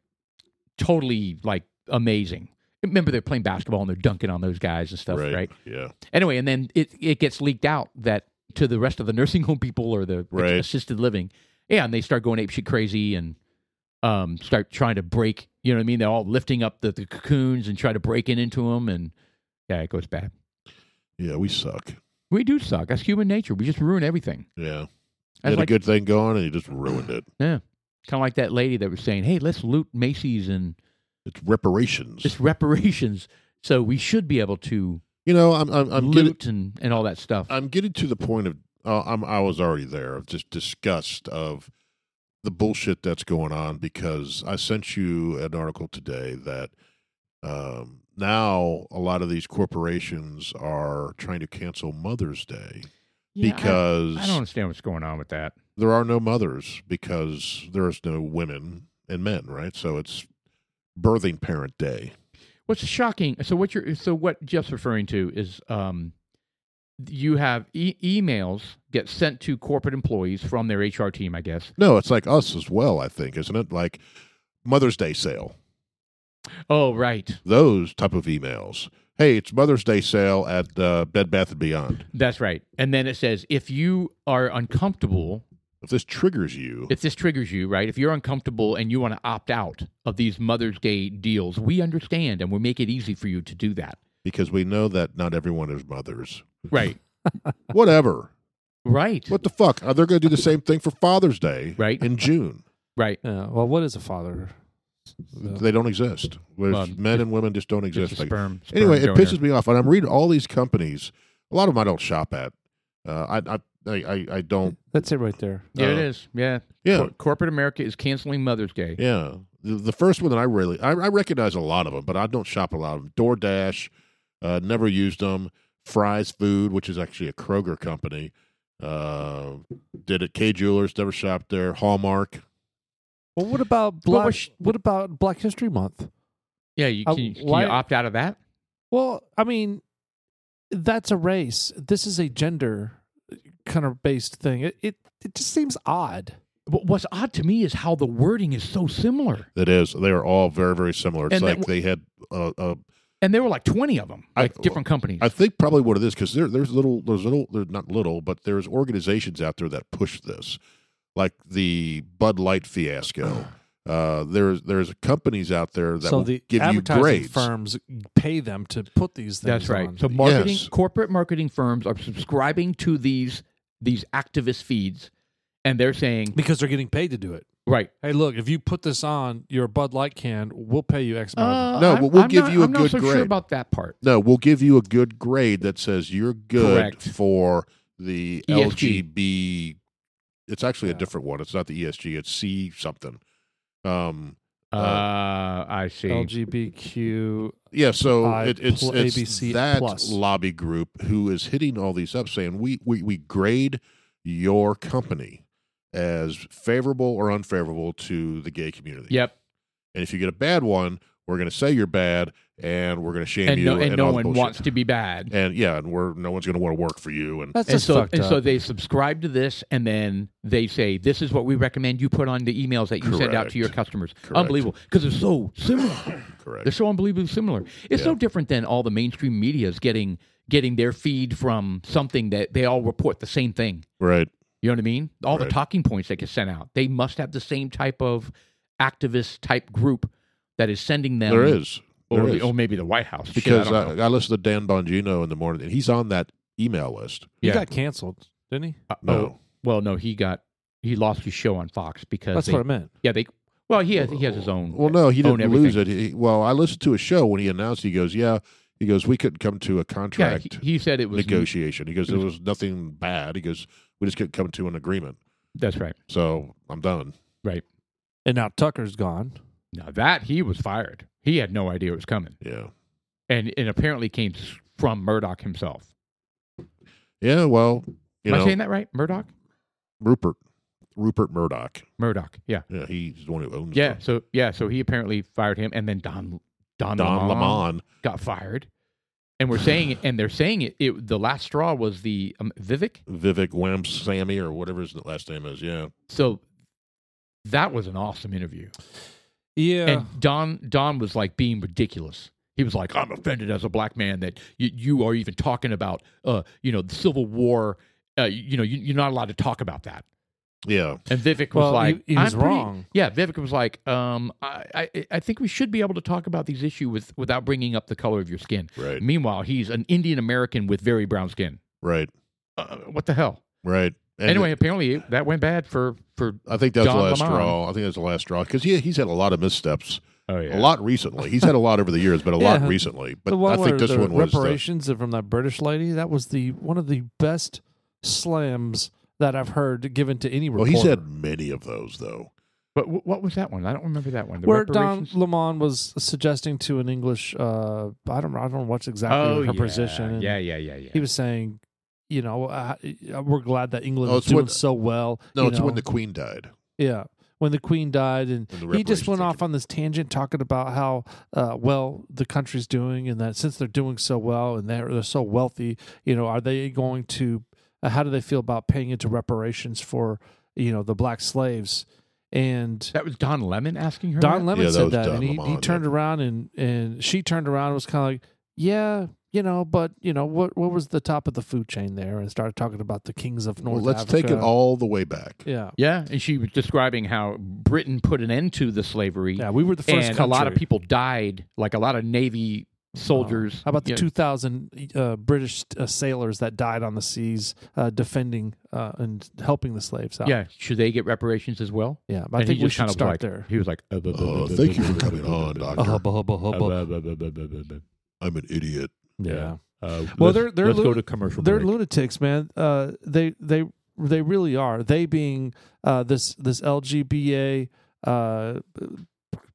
totally like amazing. Remember they're playing basketball and they're dunking on those guys and stuff, right?
Yeah,
Anyway, and then it it gets leaked out that to the rest of the nursing home people or the
Right.
assisted living, yeah, and they start going apeshit crazy and um start trying to break. You know what I mean? They're all lifting up the, the cocoons and try to break in into them, and yeah, it goes bad.
yeah, we suck.
We do suck. That's human nature. We just ruin everything.
Yeah, he
That's
had
like
a good thing going, and he just ruined it.
kind of like that lady that was saying, "Hey, let's loot Macy's and
It's reparations.
just reparations." So we should be able to
you know, I'm I'm, I'm getting
loot and, and all that stuff.
I'm getting to the point of uh, I'm I was already there of just disgust of the bullshit that's going on because I sent you an article today that um, now a lot of these corporations are trying to cancel Mother's Day
Yeah, I-
because
I don't understand what's going on with that.
there are no mothers because there is no women and men, right? So it's birthing parent day.
What's shocking? So what you're so what Jeff's referring to is um, you have e- emails get sent to corporate employees from their HR team, I guess.
No, it's like us as well, I think, isn't it? Like Mother's Day sale,
Oh, right,
those type of emails. Hey, it's Mother's Day sale at uh, Bed Bath and Beyond.
that's right. And then it says if you are uncomfortable,
If this triggers you,
if this triggers you, right? If you're uncomfortable and you want to opt out of these Mother's Day deals, we understand and we make it easy for you to do that.
because we know that not everyone is mothers.
Right,
Whatever.
right,
What the fuck? Are they going to do the same thing for Father's Day
Right.
in June?
right.
Yeah. Well, what is a father? So-
They don't exist. Whereas
Um,
men and women just don't
Just
exist.
a
Like,
sperm, sperm
anyway, it
donor.
pisses me off. And I'm reading all these companies. A lot of them I don't shop at. Uh, I, I I I don't.
That's it right there.
Yeah, it
Uh,
is. Yeah.
Yeah,
Cor- corporate America is canceling Mother's Day.
yeah. The, the first one that I really I, I recognize a lot of them, but I don't shop a lot of them. DoorDash, uh, never used them. Fry's Food, which is actually a Kroger company, uh, did it. K Jewelers, never shopped there. Hallmark,
Well, what about
Well,
Black?
we're sh-
what about Black History Month?
Yeah, you
Uh,
can, can
why-
you opt out of that?
Well, I mean, that's a race. This is a gender
uh,
kind of based thing. It it, it just seems odd.
But what's odd to me is how the wording is so similar.
That is, they are all very, very similar. It's
And
like
that
they had, uh, uh,
And there were like 20 of them,
I-
like different companies.
I think probably what it is because there, there's little, there's little, there's not little, but there's organizations out there that push this, like the Bud Light fiasco. Uh, there's there's companies out there that
so
will
the
give you
advertising
grades.
firms pay them to put these things.
That's right.
on.
So marketing
Yes.
corporate marketing firms are subscribing to these these activist feeds and they're saying
because they're getting paid to do it.
right
Hey, look, if you put this on your Bud Light can, we'll pay you X amount.
uh,
No,
I'm-
we'll- we'll
I'm
give
not-
you a
I'm not
good
so
grade.
sure about that part.
No, we'll give you a good grade that says you're good
Correct. E
for the
ESG.
LGB. It's actually a
Yeah.
different one. It's not the ESG. It's C something. Um,
Uh, I see.
LGBTQ.
Yeah, so
I
it, it's,
pl-
it's
ABC
that
plus.
lobby group who is hitting all these up saying we, we, we grade your company as favorable or unfavorable to the gay community.
Yep.
And if you get a bad one, we're going to say you're bad and we're going to shame
And
you
no, and no
all the
one
bullshit.
wants to be bad.
And yeah, and we're no one's going to want to work for you and
That's
and
just
so
fucked
and
up.
so they subscribe to this and then they say this is what we recommend you put on the emails that you send out
Correct.
to your customers.
Correct.
Unbelievable because they're so similar.
correct.
They're so unbelievably similar. It's
Yeah.
no different than all the mainstream media is getting getting their feed from something that they all report the same thing.
right.
You know what I mean? All
Right.
the talking points that get sent out, they must have the same type of activist type group that is sending them.
There is.
or,
There
the-
is.
or maybe the White House Shit,
Because uh,
I don't know.
I, I listened to Dan Bongino in the morning and he's on that email list.
He
Yeah.
got canceled, didn't he?
Uh,
No.
oh, well, no, he got he lost his show on Fox because
That's
they,
what I meant.
yeah they well he has he has his own
Well, no, he
own
didn't lose it. He, well, I listened to a show when he announced. He goes, "Yeah." He goes, "We couldn't come to a
yeah
contract
he, he said it was
negotiation." He goes, "There was nothing bad." He goes, "We just couldn't come to an agreement."
that's right
So I'm done.
right
And now Tucker's gone.
now that he was fired he had no idea it was coming
Yeah,
and and apparently came s- from Murdoch himself
yeah. Well, you
Am I
know,
saying that right? Murdoch?
Rupert, Rupert Murdoch.
Murdoch. Yeah.
Yeah, he's the one who owns.
Yeah.
them.
So yeah. So he apparently fired him, and then Don Don,
Don
Lemon
Lemon.
got fired. And we're saying it, and they're saying it. it the last straw was the um, Vivek.
Vivek Wamsamy or whatever his last name is. Yeah,
So that was an awesome interview.
Yeah.
And Don Don was like being ridiculous. He was like, "I'm offended as a black man that you, you are even talking about, uh, you know, the Civil War. Uh, you know, you, you're not allowed to talk about that."
yeah.
And Vivek was
Well,
like,
he- he was
I'm pretty-
wrong.
yeah, Vivek was like, um, I, I, I think we should be able to talk about these issues with, without bringing up the color of your skin.
Right,
Meanwhile, he's an Indian American with very brown skin.
right,
Uh, what the hell?
right. And
anyway, apparently that went bad for for.
I think that's the
Don
last
Lemon.
straw. I think that's the last straw because he, he's had a lot of missteps.
Oh
A lot recently. He's had a lot over the years, but a lot
Yeah.
recently. But
the one
I
where
think this
the
one was. the-
reparations from that British lady. That was the one of the best slams that I've heard given to any
well,
reporter.
he's had many of those, though.
But wh- what was that one? I don't remember that one. The
where Don
reparations?
Lemon was suggesting to an English, uh, I don't, I don't know what's
Oh,
exactly her
Oh, yeah.
position. and
Yeah, yeah, yeah, yeah.
he was saying, you know, uh, we're glad that England
Oh,
is
it's
doing
when-
so well.
No,
you
it's
know.
when the Queen died.
yeah when the Queen died, and
When the
he just
reparations
went
thing
off on this tangent talking about how uh, well the country's doing, and that since they're doing so well and they're they're so wealthy, you know, are they going to? Uh, how do they feel about paying into reparations for you know the black slaves? And
that was Don Lemon asking her. that?
Don Lemon
Yeah, that
said
was
that,
Don
and he, he
Lemon,
turned
yeah.
around and and she turned around and was kind of like, yeah, you know, but you know what what was the top of the food chain there, and started talking about the kings of
Well,
North.
let's take it
Africa.
all the way back.
Yeah,
Yeah, and she was describing how Britain put an end to the slavery,
yeah, we were the first.
and a lot of
country.
people died. Like a lot of Navy soldiers.
Oh. How about the
you know,
2,000 uh, British uh, sailors that died on the seas uh, defending uh, and helping the slaves out?
Yeah, should they get reparations as well?
Yeah. I
And
think
he
we
just
should
kind of
start
like-
there.
He was like, uh,
Oh, thank you for coming on, Doctor.
hubba, hubba, hubba.
I'm an idiot.
Yeah.
yeah. Uh,
Well,
let's-
they're- they're
let's
lu-
go to commercial.
they're
break.
lunatics, man. Uh, they they they really are. They being uh, this this LGBA uh,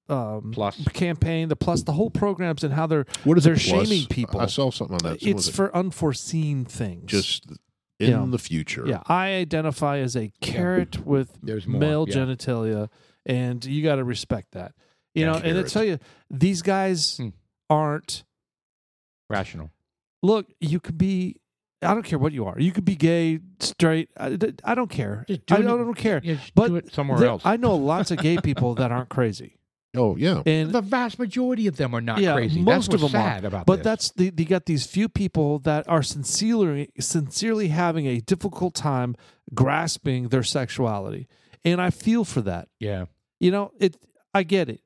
um,
plus.
campaign, the plus the whole programs and how they're
What
is
a
They're
plus?
shaming people.
I saw something on that. Someone
it's
said,
for unforeseen things.
just in
Yeah.
the future.
yeah, I identify as a carrot with
There's more,
male
yeah.
genitalia, and you got to respect that. You
Yeah,
know, and I
carrot.
tell you, these guys
Hmm.
aren't.
Rational.
Look, you could be. I don't care what you are. You could be gay, straight. I, I don't care.
Just do
I,
it-
don't, I don't care.
Yeah, just
But
do it somewhere
There-
else.
I know lots of gay people that aren't crazy,
Oh yeah.
and
the vast majority of them are not
Yeah,
crazy.
most
that's
of
what's
them are.
sad about
but
this.
that's the you got these few people that are sincerely sincerely having a difficult time grasping their sexuality, and I feel for that.
yeah.
You know, it. I get it.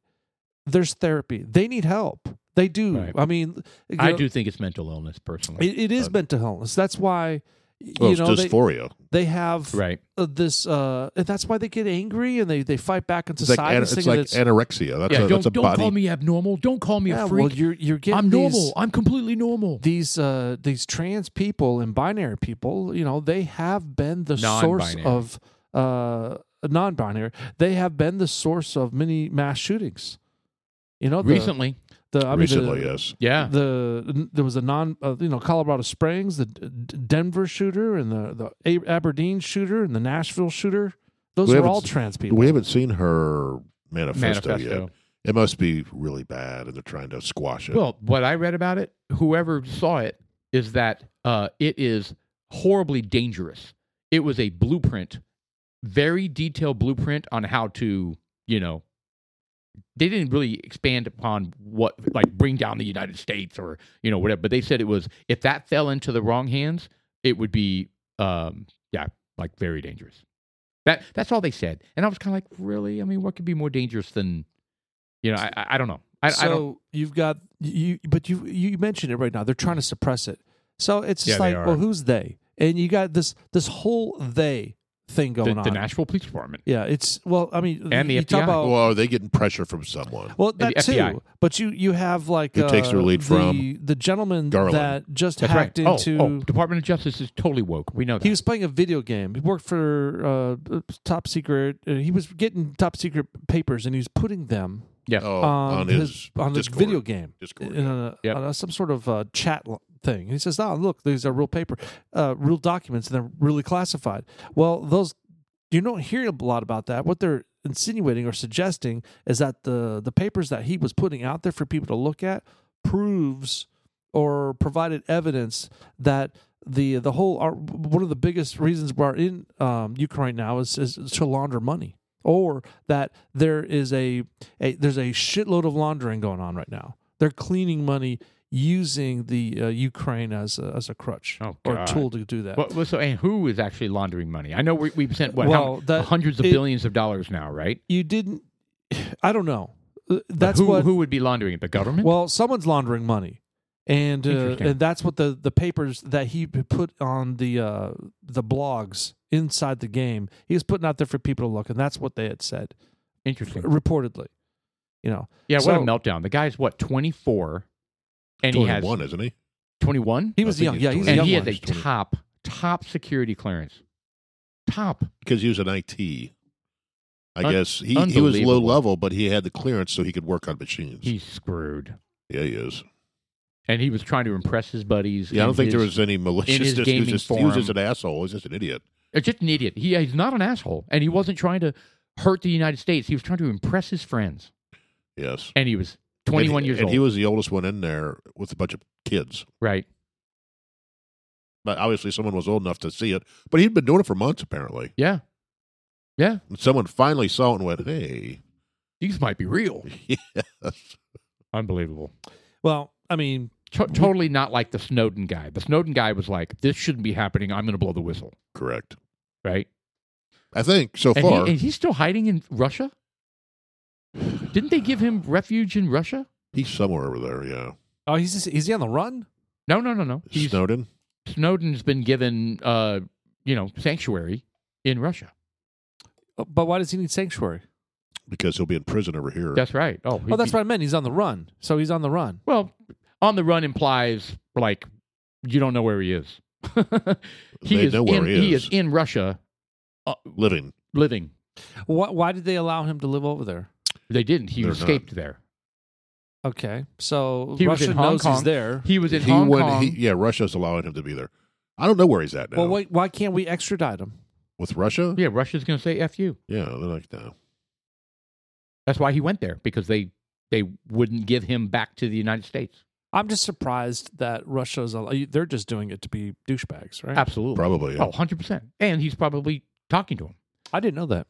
There's therapy. They need help. They do.
Right.
I mean, you
I
know,
do Uh, think it's mental illness personally.
It, it is mental illness. That's why. y-
Well,
you
it's
know they,
dysphoria.
they have
right.
uh, this, uh, and that's why they get angry and they, they fight back in
It's like,
society.
ana- it's
saying
like
that's-
anorexia. That's
yeah.
a,
don't
that's a
don't
body.
call me abnormal. Don't call me
yeah,
a
well,
freak.
you're you're getting
I'm
these,
normal. I'm completely normal.
These uh, these trans people and binary people, you know, they have been the source
Non-binary.
of uh, non-binary. They have been the source of many mass shootings. You know, the,
Recently,
the, I mean, the-
Recently, yes.
yeah.
the there was a non uh, you know Colorado Springs, the D- D- Denver shooter, and the the A- Aberdeen shooter, and the Nashville shooter. Those
We
are
haven't
all
s-
trans people.
We haven't seen her manifesto,
manifesto.
yet. It must be really bad, and they're trying to squash it.
Well, what I read about it, whoever saw it, is that uh, it is horribly dangerous. It was a blueprint, very detailed blueprint on how to, you know, they didn't really expand upon what, like, bring down the United States or, you know, whatever. But they said it was, if that fell into the wrong hands, it would be, um, yeah, like very dangerous. That that's all they said, and I was kind of like, really? I mean, what could be more dangerous than, you know, I I, I don't know. I,
so
I don't,
you've got you, but you you mentioned it right now. They're trying to suppress it. So it's just
Yeah, they
like,
are.
well, who's they? And you got this this whole they thing
the,
going
the
on.
Nashville Police Department.
yeah, it's well, I mean,
And the
you talk
FBI.
about
well, are they getting pressure from someone?
well
the
that
FBI.
too. But you you have like
Who
uh,
takes their lead
the,
from?
the gentleman
Garland.
that just
That's
hacked
right.
into.
oh, oh, Department of Justice is totally woke. We know that.
He was playing a video game. He worked for uh, top secret. Uh, he was getting top secret papers, and he was putting them
yeah.
Oh,
um,
on his,
on his
Discord.
video game
Discord,
in a,
Yep.
on a- some sort of uh, chat lo- thing. And he says, "Oh, look, these are real paper, uh, real documents, and they're really classified." Well, those you don't hear a lot about that. What they're insinuating or suggesting is that the the papers that he was putting out there for people to look at proves or provided evidence that the the whole our, one of the biggest reasons we're in um, Ukraine right now is, is to launder money, or that there is a, a there's a shitload of laundering going on right now. They're cleaning money using the uh, Ukraine as a, as a crutch
Oh,
or a
God.
tool to do that.
What- what- so, and who is actually laundering money? I know we, we've sent what how
Well,
m-
that-
hundreds of
it-
billions of dollars now, right?
you didn't. I don't know. Uh,
But
That's
who,
what.
who would be laundering it? The government?
Well, someone's laundering money, and uh,
Hmm? Interesting.
and that's what the the papers that he put on the uh, the blogs inside the game he was putting out there for people to look, and that's what they had said
Interesting.
reportedly. You know,
Yeah, what a
so-
meltdown. The guy's what twenty four, and he has
one, isn't he?
twenty one,
he
I
was
think
young.
he's
Yeah, he's a
twenty.
and
young.
he
one.
has a
21.
top top security clearance. Top.
Because he was an IT. I
Un-
guess he, he was low
unbelievable.
level, but he had the clearance so he could work on machines.
He's screwed,
yeah, he is.
and he was trying to impress his buddies.
Yeah, I don't
and
think there
his-
was any
his
maliciousness. He
gaming
was, just, he was
forum.
just an asshole. He was just an idiot.
Uh, just an idiot. He, he's not an asshole, and he wasn't trying to hurt the United States. He was trying to impress his friends,
Yes.
and he was 21
And he-
years
and
old.
he was the oldest one in there with a bunch of kids.
right.
But obviously, someone was old enough to see it. But he'd been doing it for months, apparently.
Yeah. Yeah.
And someone finally saw it and went, "Hey,
These might be real. Unbelievable.
Well, I mean,
To- totally not like the Snowden guy. The Snowden guy was like, "This shouldn't be happening. I'm going to blow the whistle."
correct."
Right.
I think so
and,
far
He, and he's still hiding in Russia. Didn't they give him refuge in Russia?
he's somewhere over there. Yeah,
oh, he's just, is he on the run?
No, no, no, no. He's,
Snowden.
Snowden's been given, uh, you know, sanctuary in Russia.
Oh, But why does he need sanctuary?
because he'll be in prison over here.
That's right. Oh, he-
Oh, that's what I meant. He's on the run, so he's on the run.
Well, on the run implies like you don't know where he is. he
They
is
know where
in,
he
is
is. uh,
in Russia
living.
living.
Why, why did they allow him to live over there?
They didn't. He
They're not.
escaped there.
Okay, so
He was
Russia
in Hong
knows
Kong.
he's there.
He was in
he
Hong
went-
Kong.
he- yeah, Russia's allowing him to be there. I don't know where he's at now.
Well, why, why can't we extradite him?
With Russia?
yeah, Russia's going to say "f you."
Yeah, they're like, no.
That's why he went there because they they wouldn't give him back to the United States.
I'm just surprised that Russia's. al- They're just doing it to be douchebags, right?
Absolutely.
Probably. yeah.
Oh, 100%. And he's probably talking to him.
I didn't know that.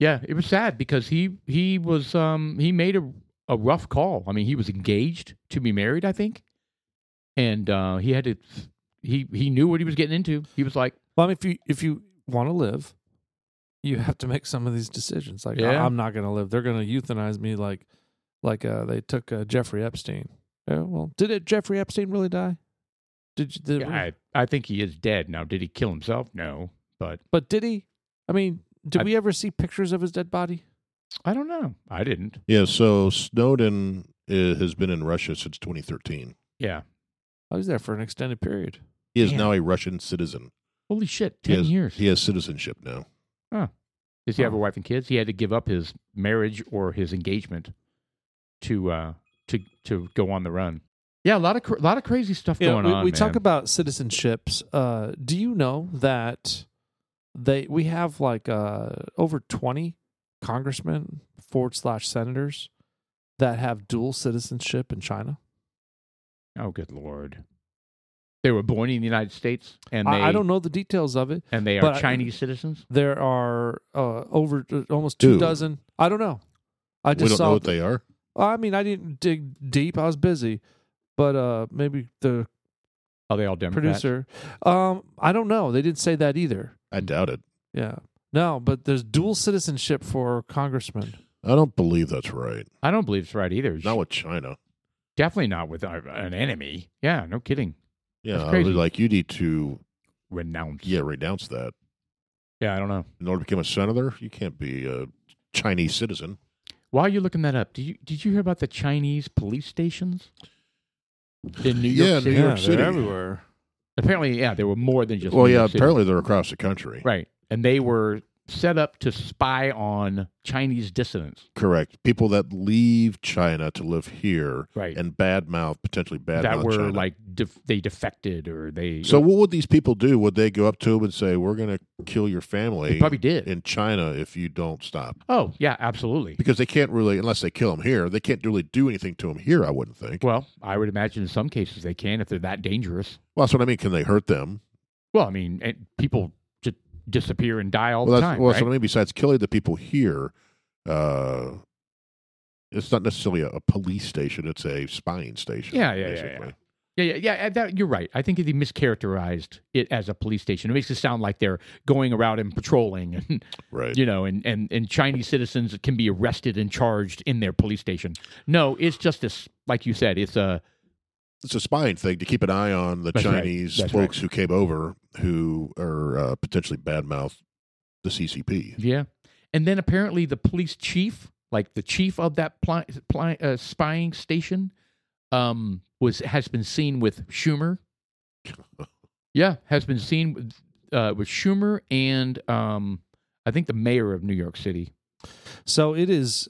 Yeah, it was sad because he he was um he made a a rough call. I mean, he was engaged to be married, I think. And uh he had to he he knew what he was getting into. He was like,
Well, I mean, if you if you want to live, you have to make some of these decisions. Like,
Yeah.
I, am not going to live. They're going to euthanize me, like like uh, they took uh, Jeffrey Epstein. Yeah, well, did it, Jeffrey Epstein really die? Did, you- did
"Yeah, I I think he is dead now. Did he kill himself? No, but
but did he? I mean, did
I-
we ever see pictures of his dead body?
I don't know. I didn't.
Yeah, so Snowden uh has been in Russia since 2013.
Yeah.
I was Oh, there for an extended period.
He is
Man.
now a Russian citizen.
Holy shit,
He
10
has-
years.
He has citizenship now.
Does he have a
Oh.
wife and kids? He had to give up his marriage or his engagement to uh to to go on the run. Yeah, a lot of cr- lot of crazy stuff
Yeah,
going
we,
on.
we talk
man.
about citizenships. Uh, do you know that they we have like uh, over twenty congressmen forward slash senators that have dual citizenship in China?
Oh, good lord! They were born in the United States, and they
I, I don't know the details of it.
and they are
but I-
Chinese citizens.
There are uh, over uh, almost two
Dude.
dozen. I don't know. I
We
just
don't
saw.
know what they are.
I mean, I didn't dig deep. I was busy, but uh, maybe the
Are they all Democrats?
producer. Um, I don't know. They didn't say that either.
I
Mm.
doubt it.
Yeah. No, but there's dual citizenship for congressmen.
I don't believe that's right.
I don't believe it's right either.
Not with China.
Definitely not with our, an enemy. Yeah, no kidding.
Yeah,
That's
I was
crazy.
like, you need to
Renounce.
yeah renounce that
yeah. I don't know.
in order to become a senator. You can't be a Chinese citizen.
While you're looking that up, did you did you hear about the Chinese police stations in New York
Yeah,
City?
New York City.
everywhere.
Apparently, yeah, there were more than just.
Well,
New
yeah,
York City.
apparently they're across the country.
Right. And they were set up to spy on Chinese dissidents.
Correct. People that leave China to live here
Right.
and badmouth potentially badmouth
that were
China.
like def- they defected or they
so what would these people do? Would they go up to them and say, "We're going to kill your family
they probably did.
in China if you don't stop"?
oh, yeah, absolutely.
Because they can't really, unless they kill them here, they can't really do anything to them here. I wouldn't think. Well,
Well, I would imagine in some cases they can if they're that dangerous.
that's what I mean. Can they hurt them?
Well, I mean, and people just disappear and die all
well,
the
that's,
time,
well,
right?
that's what I mean. Besides killing the people here, uh, it's not necessarily a, a police station; it's a spying station.
Yeah, yeah, yeah,
basically.
yeah, yeah, yeah. That, you're right. I think they mischaracterized it as a police station. It makes it sound like they're going around and patrolling, and
Right.
you know, and, and and Chinese citizens can be arrested and charged in their police station. No, it's just this, like you said, it's a
It's a spying thing to keep an eye on the
That's right.
Chinese
That's
folks who came over who are uh, potentially badmouth the CCP.
Yeah. And then apparently the police chief, like the chief of that pli- pli- uh, spying station, um, was has been seen with Schumer. yeah, has been seen with, uh, with Schumer and um, I think the mayor of New York City.
So it is.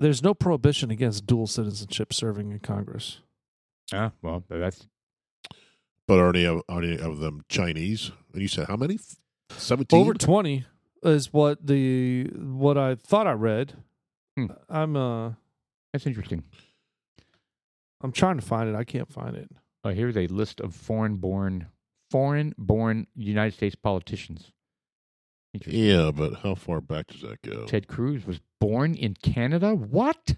There's no prohibition against dual citizenship serving in Congress.
Ah, well, that's
But are any of, are any of them Chinese? And you said how many? Seventeen.
Over twenty is what the what I thought I read.
Hmm.
I'm uh
that's interesting.
I'm trying to find it. I can't find it.
Uh, here's a list of foreign-born, foreign-born United States politicians. Interesting.
yeah, but how far back does that go?
Ted Cruz was born in Canada. What?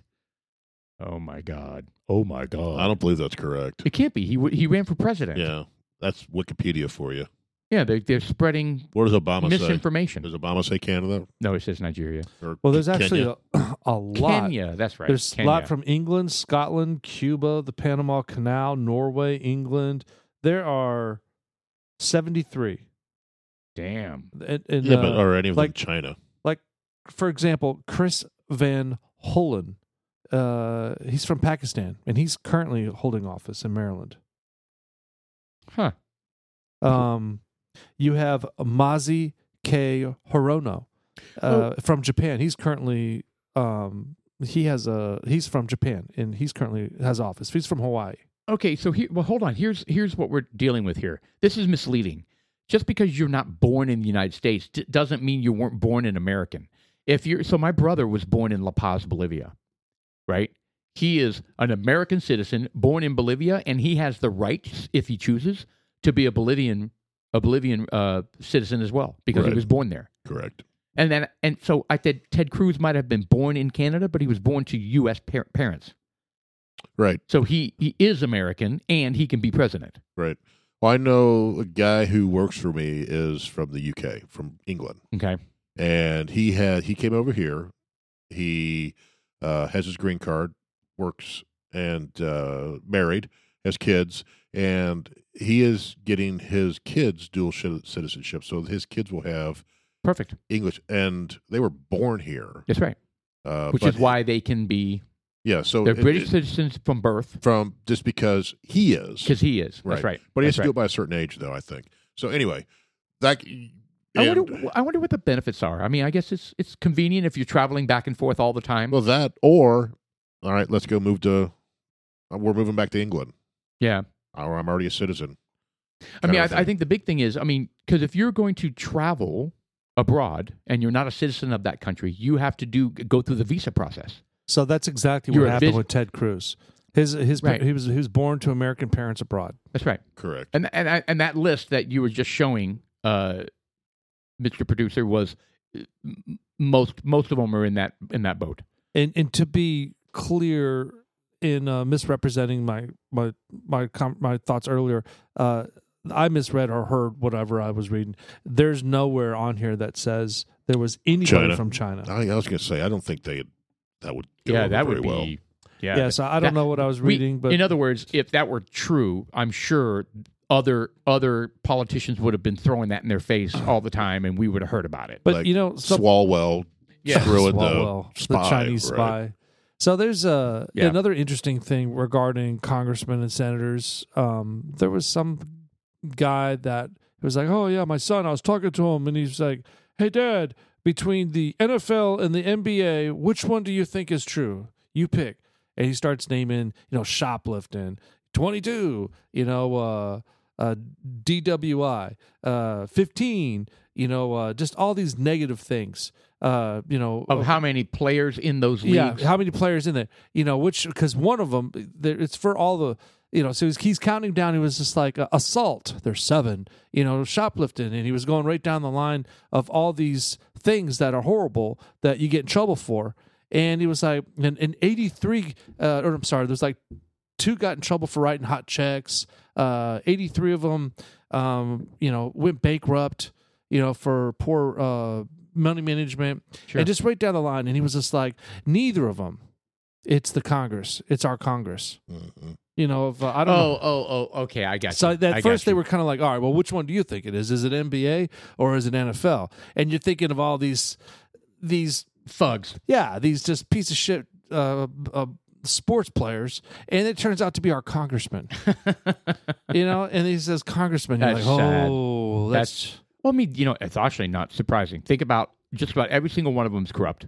Oh my God! Oh my God!
I don't believe that's correct.
It can't be. He w- he ran for president.
Yeah, that's Wikipedia for you.
yeah. They're they're spreading
What does Obama say?
misinformation.
Does Obama say Canada?
No, it says Nigeria,
Or
Well, there's
Kenya?
actually a, a lot.
Kenya. That's right.
There's
Kenya.
a lot from England, Scotland, Cuba, the Panama Canal, Norway, England. There are 73.
Damn.
And, and,
yeah,
uh,
but are any of
like-
them China?
for example, Chris Van Hollen, uh, he's from Pakistan and he's currently holding office in Maryland.
Huh.
Um, you have Mazi K Horono uh, from Japan. He's currently um, he has a he's from Japan and he's currently has office. He's from Hawaii.
Okay, so here, well, hold on. Here's here's what we're dealing with here. This is misleading. Just because you're not born in the United States d- doesn't mean you weren't born an American. If you're so, my brother was born in La Paz, Bolivia, right? He is an American citizen born in Bolivia, and he has the rights, if he chooses, to be a Bolivian a Bolivian uh, citizen as well because he
Right.
was born there.
Correct.
And then, and so I said Ted Cruz might have been born in Canada, but he was born to U.S. Par- parents.
Right.
So he, he is American and he can be president.
Right. Well, I know a guy who works for me is from the UK, from England,
Okay.
and he had he came over here. He uh, has his green card, works and uh, married, has kids, and he is getting his kids dual shi- citizenship. So his kids will have
Perfect.
English, and they were born here,
That's right.
uh,
Which
but-
is why they can be,
yeah. So
they're
it-
British
it-
citizens from birth
from just because he is,
because he is. That's right.
But he has to
That's
do it by a certain age, though. I think. So anyway, that.
right. I
and-
wonder, I wonder what the benefits are. I mean, I guess it's it's convenient if you're traveling back and forth all the time.
Well, that or all right, let's go move to. uh, We're moving back to England.
yeah.
Or I'm already a citizen.
I mean,
kinda
I, I
thing.
think the big thing is, I mean, because if you're going to travel abroad and you're not a citizen of that country, you have to do go through the visa process.
So that's exactly
You're
what
a
happened
vis-
with Ted Cruz. His his
Right.
he was he was born to American parents abroad.
That's right.
Correct.
And and I- and that list that you were just showing, uh, Mr. Producer, was uh, m- most most of them are in that in that boat.
and and to be clear in uh, misrepresenting my my my com- my thoughts earlier uh I misread or heard whatever I was reading. There's nowhere on here that says there was anybody
China.
from China.
I, I was going to say I don't think they that would go over very well.
yeah.
yeah, so I
that-
don't know what I was
We-
reading, but
in other words, if that were true, I'm sure other other politicians would have been throwing that in their face all the time, and we would have heard about it.
but
like
you know, some,
Swalwell
Yeah.
screwing
Swalwell,
the spy,
Chinese
right?
spy. So there's uh,
Yeah.
another interesting thing regarding congressmen and senators. Um, there was some guy that was like, "Oh yeah, my son." I was talking to him, and he's like, "Hey, Dad, between the NFL and the NBA, which one do you think is true? You pick." And he starts naming, you know, shoplifting, twenty two, you know, uh, uh, DWI, uh, fifteen, you know, uh, just all these negative things. Uh, you know,
of how many players in those leagues?
yeah, how many players in there? You know, which because one of them, it's for all the, you know. So he's, he's counting down. He was just like uh, assault. There's seven. You know, shoplifting, and he was going right down the line of all these things that are horrible that you get in trouble for. And he was like, and, and 83, uh, or I'm sorry, there's like two got in trouble for writing hot checks. Uh, 83 of them, um, you know, went bankrupt, you know, for poor uh, money management.
Sure.
And just right down the line. And he was just like, neither of them. It's the Congress. It's our Congress.
Mhm.
You know, if, uh, I don't know.
Mm-hmm. Oh, oh, oh. Okay, I got
So
you.
at
I got
first they
you.
were kind of like, all right, well, which one do you think it is? Is it NBA or is it NFL? And you're thinking of all these, these
thugs.
yeah, these just piece of shit uh, uh, sports players, and it turns out to be our congressman. you know, and he says congressman. You're
That's
like,
sad.
oh, that's,
That's- Well, I mean, you know, it's actually not surprising. Think about just about every single one of them is corrupt.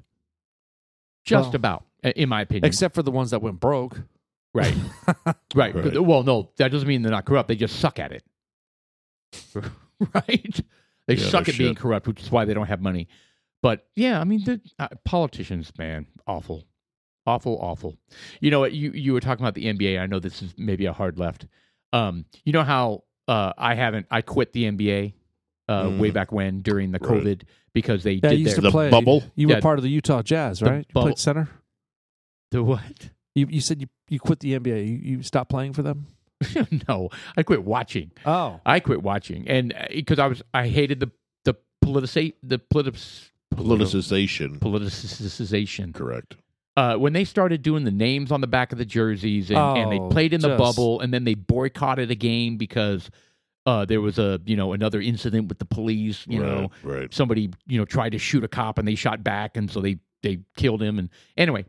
Just
Well-
about, i- in my opinion.
except for the ones that went broke.
right, right.
Right.
Well, no, that doesn't mean they're not corrupt. They just suck at it. right? They
Yeah,
suck
they
at being
should.
corrupt, which is why they don't have money. But yeah, I mean, the uh, politicians, man, awful, awful, awful. You know, what, you you were talking about the NBA. I know this is maybe a hard left. Um, you know how uh, I haven't I quit the NBA uh, way
Mhm.
back when during the
Right.
COVID because they
Yeah, you
did
used
their,
to
The
play
bubble?
You were
Yeah.
part of the Utah Jazz,
The
right? You
bubble.
played center.
the what?
You, you said you, you quit the NBA. You, you stopped playing for them.
no, I quit watching.
Oh,
I quit watching, and because I was I hated the the politicate the politic
Politicization.
politicization.
Correct.
uh, when they started doing the names on the back of the jerseys and, and they
Oh,
played in the
just-
bubble and then they boycotted a game because uh, there was a you know another incident with the police you know
Right, right.
somebody you know tried to shoot a cop and they shot back and so they they killed him and anyway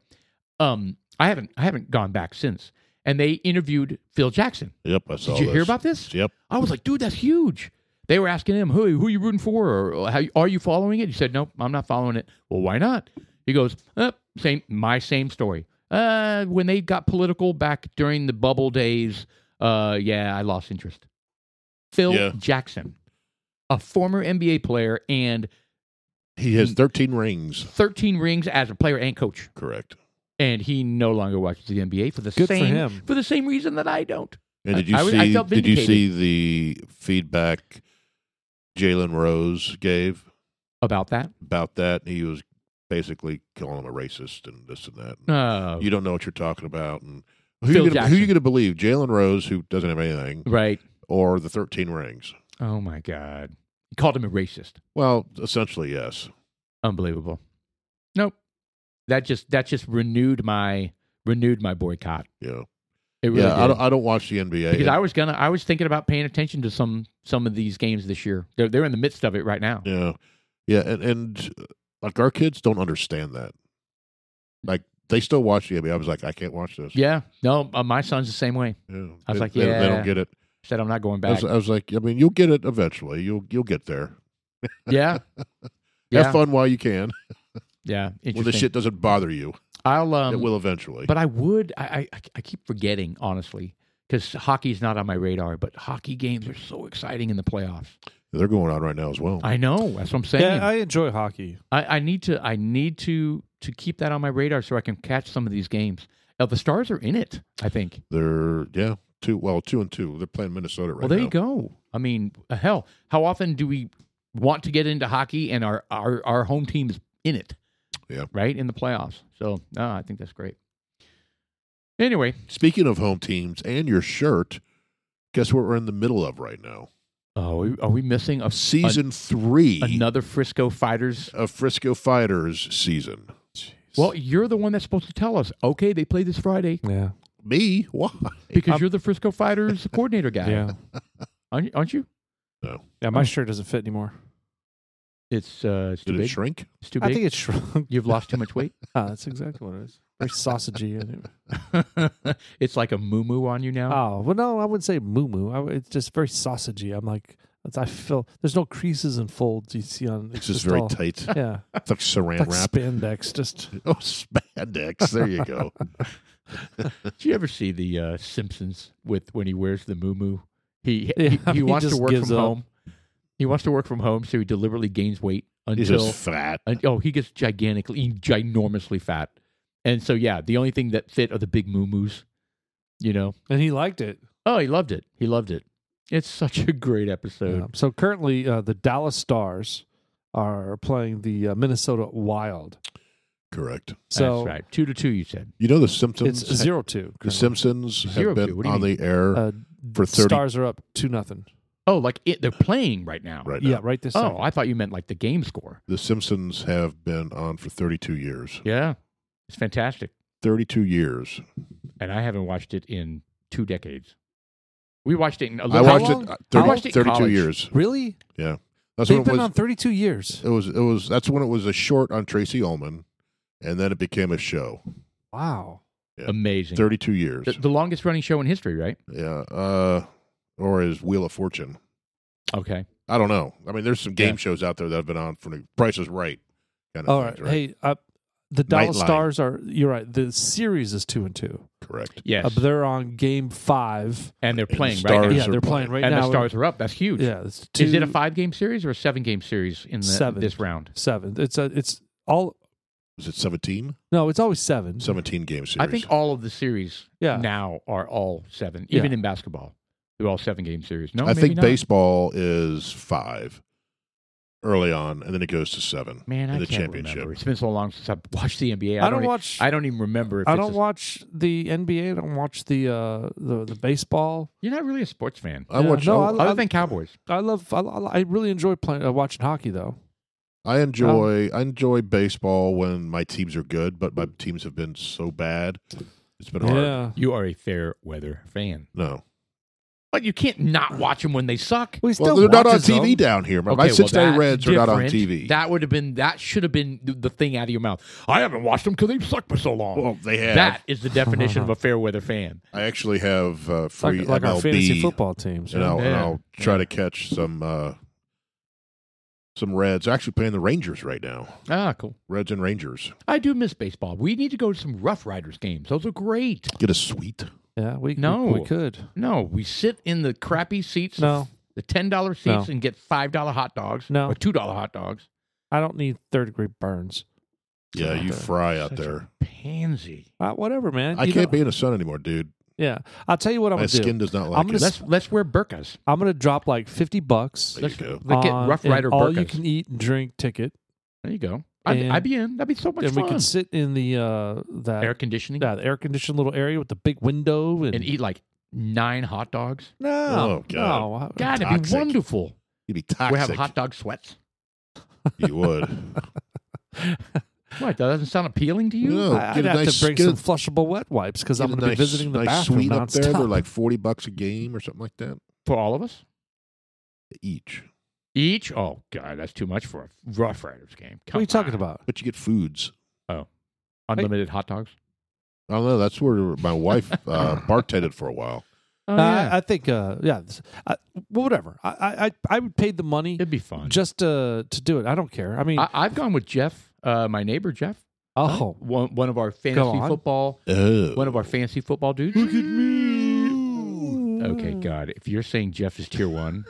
um i haven't i haven't gone back since and they interviewed Phil Jackson.
Yep, I saw.
Did you hear
this.
about this?
Yep.
I was like, dude, that's huge. They were asking him, who, who you rooting for? Or how, are you following it? He said, nope, I'm not following it. Well, why not? He goes, uh, same, my same story. Uh, when they got political back during the bubble days, uh, yeah, I lost interest. Phil
Yeah.
Jackson, a former NBA player and
He has 13 rings.
13 rings as a player and coach.
Correct.
And he no longer watches the NBA for the
Good for
same
him.
for the same reason that I don't.
And
I-
did you
I was-
see?
I felt
did you see
vindicated.
the feedback Jalen Rose gave
About that?
about that? He was basically calling him a racist and this and that.
Oh,
You don't know what you're talking about. And who
Phil
you gonna, who you
Jackson.
going to believe? Jalen Rose, who doesn't have anything,
right.
or the 13 rings?
Oh my God. He called him a racist.
Well, essentially, yes.
Unbelievable. Nope. That just that just renewed my renewed my boycott.
Yeah.
It really
yeah. I
did.
don't, I don't watch the NBA.
because I was gonna I was thinking about paying attention to some some of these games this year. They're they're in the midst of it right now.
Yeah, yeah, and and uh, like our kids don't understand that. Like they still watch the NBA. I was like, I can't watch this.
Yeah. No, uh, my son's the same way.
yeah.
I was
They-
like,
they, they
yeah,
don't get it.
Said I'm not going
I
back.
was, I was like, I mean, you'll get it eventually. You'll you'll get there.
yeah. Yeah.
Have fun while you can.
Yeah.
When
Interesting.
the shit doesn't bother you,
I'll um
it will eventually.
But I would. I I, I keep forgetting honestly because hockey's not on my radar. But hockey games are so exciting in the playoffs.
They're going on right now as well.
I know. That's what I'm saying.
Yeah, I enjoy hockey.
I, I need to. I need to to keep that on my radar so I can catch some of these games. Now, the Stars are in it. I think.
They're yeah, two well, two and two. They're playing Minnesota right
well, there
now.
you go. I mean, uh, hell, how often do we want to get into hockey and our our, our home team's in it?
Yeah.
Right in the playoffs. So no, I think that's great. Anyway,
Speaking of home teams and your shirt, guess what we're in the middle of right now?
oh, are we- are we missing a
Season three
another Frisco Fighters
of Frisco Fighters season.
Well, you're the one that's supposed to tell us. Okay, they play this Friday
yeah,
Me? Why?
because you're the Frisco Fighters coordinator guy,
yeah,
aren't, aren't you?
yeah. My shirt doesn't fit anymore.
It's uh, it's too
Did it
big.
shrink?
It's too
I
big.
think it's shrunk.
You've lost too much weight.
Ah, that's exactly what it is. Very sausagey. isn't it?
it's like a moo moo on you now.
Oh well, no, I wouldn't say moo moo. I- It's just very sausagey. I'm like, it's- I feel there's no creases and folds you see on.
It's just very
all-
tight.
Yeah,
It's like saran
like
wrap.
spandex. Just
oh, spandex. There you go.
Did you ever see the uh, Simpsons with when he wears the moo moo? He
Yeah,
he, he
he
wants to
just
work
gives
from
up.
home. He wants to work from home, so he deliberately gains weight
He's
until
just fat.
And, oh, he gets gigantically, ginormously fat. And so, yeah, the only thing that fit are the big moo-moos, you know?
and he liked it.
Oh, he loved it. He loved it. It's such a great episode.
Yeah. So currently, uh, the Dallas Stars are playing the uh, Minnesota Wild.
Correct.
So
That's right. Two to two, you said.
You know the Simpsons.
it's zero two.
the Simpsons have
Zero
been
two, what do you
on the air
Uh,
for thirty
Stars are up two nothing.
Oh, like it, they're playing right now.
right now.
Yeah, right this.
Oh,
second.
I thought you meant like the game score.
The Simpsons have been on for thirty-two years.
Yeah. It's fantastic.
Thirty-two years.
And I haven't watched it in two decades. We watched it in a
I
little
watched
long-
it. uh,
how
30
watched it in
32
college?
years.
really?
That's
They've
when it
been
was.
on thirty two years.
it was. It was. That's when it was a short on Tracy Ullman, and then it became a show.
Wow.
Amazing.
Thirty-two years.
The, the longest running show in history, right?
yeah. Uh, or is Wheel of Fortune?
Okay.
I don't know. I mean, there's some game
Yeah.
shows out there that have been on for the Price is Right. Kind
All
things,
right. Hey, uh, the Dallas
Nightline.
Stars are. You're right. The series is two and two.
Correct.
Yes.
Uh, but they're on game five.
and they're
and the
playing right
Stars
now.
yeah, they're playing,
playing.
right
and
now.
the stars are up. That's huge.
Yeah, it's two,
Is it a five game series or a seven game series in the,
Seven.
this round?
seven? It's a, it's all.
Is it 17?
No, it's always seven.
17 game series.
Mm-hmm. I think all of the series
Yeah.
now are all seven,
Yeah.
even in basketball. They're all seven game series. No,
I
maybe
think
not.
baseball is five early on, and then it goes to seven
Man,
in
I
the
can't
championship.
remember. It's been so long since I've watched the NBA.
I,
I,
don't
e-
watch. I,
I don't even remember. If it's
don't
a-
watch the NBA. I don't watch the uh the, the baseball.
You're not really a sports fan,
I
Yeah,
watch.
no,
I,
I-
other than Cowboys.
I love. I, I really enjoy playing uh, watching hockey though.
I enjoy. I enjoy baseball when my teams are good, but my teams have been so bad. It's been hard.
Yeah.
You are a fair weather fan.
No,
But you can't not watch them when they suck.
We
Well,
still
they're not on
watches
TV
them.
down here. My, my
well,
six day
that's
reds are not on
different.
TV.
That would have been that should have been the the thing out of your mouth. I haven't watched them because they've sucked for so long.
well, they have.
that is the definition of a fair weather fan.
I actually have uh, free
Like, like
MLB,
our fantasy football teams.
and I'll, and
Yeah.
I'll try to catch some uh, some Reds. Actually, playing the Rangers right now.
Ah, cool.
Reds and Rangers
I do miss baseball. We need to go to some Rough Riders games. Those are great.
get a suite.
Yeah, we we-
No.
we, could.
No, we sit in the crappy seats,
No,
the ten dollar seats,
No.
and get five dollar hot dogs
No.
or two dollar hot dogs.
I don't need third degree burns.
Yeah,
Out
you
there.
fry out
Such a
there.
pansy.
Uh, whatever, man.
I
You
can't
know-
be in the sun anymore, dude.
Yeah, I'll tell you what I'm
My
gonna do.
skin does not like
I'm gonna
it.
s-
Let's let's wear burkas.
I'm gonna drop like fifty bucks.
There you
Let's,
go.
let's get
on
Rough
an
Rider
all
burkas.
you can eat and drink ticket,
There you go. I'd,
And-
I'd be in. That'd be so much
and
fun.
we can sit in the uh that
Air conditioning
yeah, the air conditioned little area with the big window and,
and eat like nine hot dogs.
no,
Oh, God.
no, I-
God, it'd be
Toxic.
wonderful.
You'd be
We have
toxic.
hot dog sweats.
you would.
What? That doesn't sound appealing to you?
No, Oh,
I-
get
I'd
a
have
nice
to bring
skin-
some flushable wet wipes because I'm
get a
going to
nice-
be visiting the
nice
bathroom
suite up there. They're
nonstop.
like forty bucks a game or something like that
For all of us?
each.
Each? Oh, God, that's too much for a Rough Riders game.
what are
Come
you talking
on.
about?
But you get foods.
Unlimited hot dogs?
I don't know. That's where my wife uh, bartended for a while.
Oh,
Uh,
yeah.
I, I think, uh, yeah, this- I, well, whatever. I, I, I- I would pay the money
It'd be fun.
just to to do it. I don't care. I mean,
I, I've gone with Jeff, uh, my neighbor Jeff.
oh,
One, one of our fantasy
on.
football,
Oh,
one of our fantasy football dudes.
Look at me.
Okay,
Hmm.
God, if you're saying Jeff is tier one,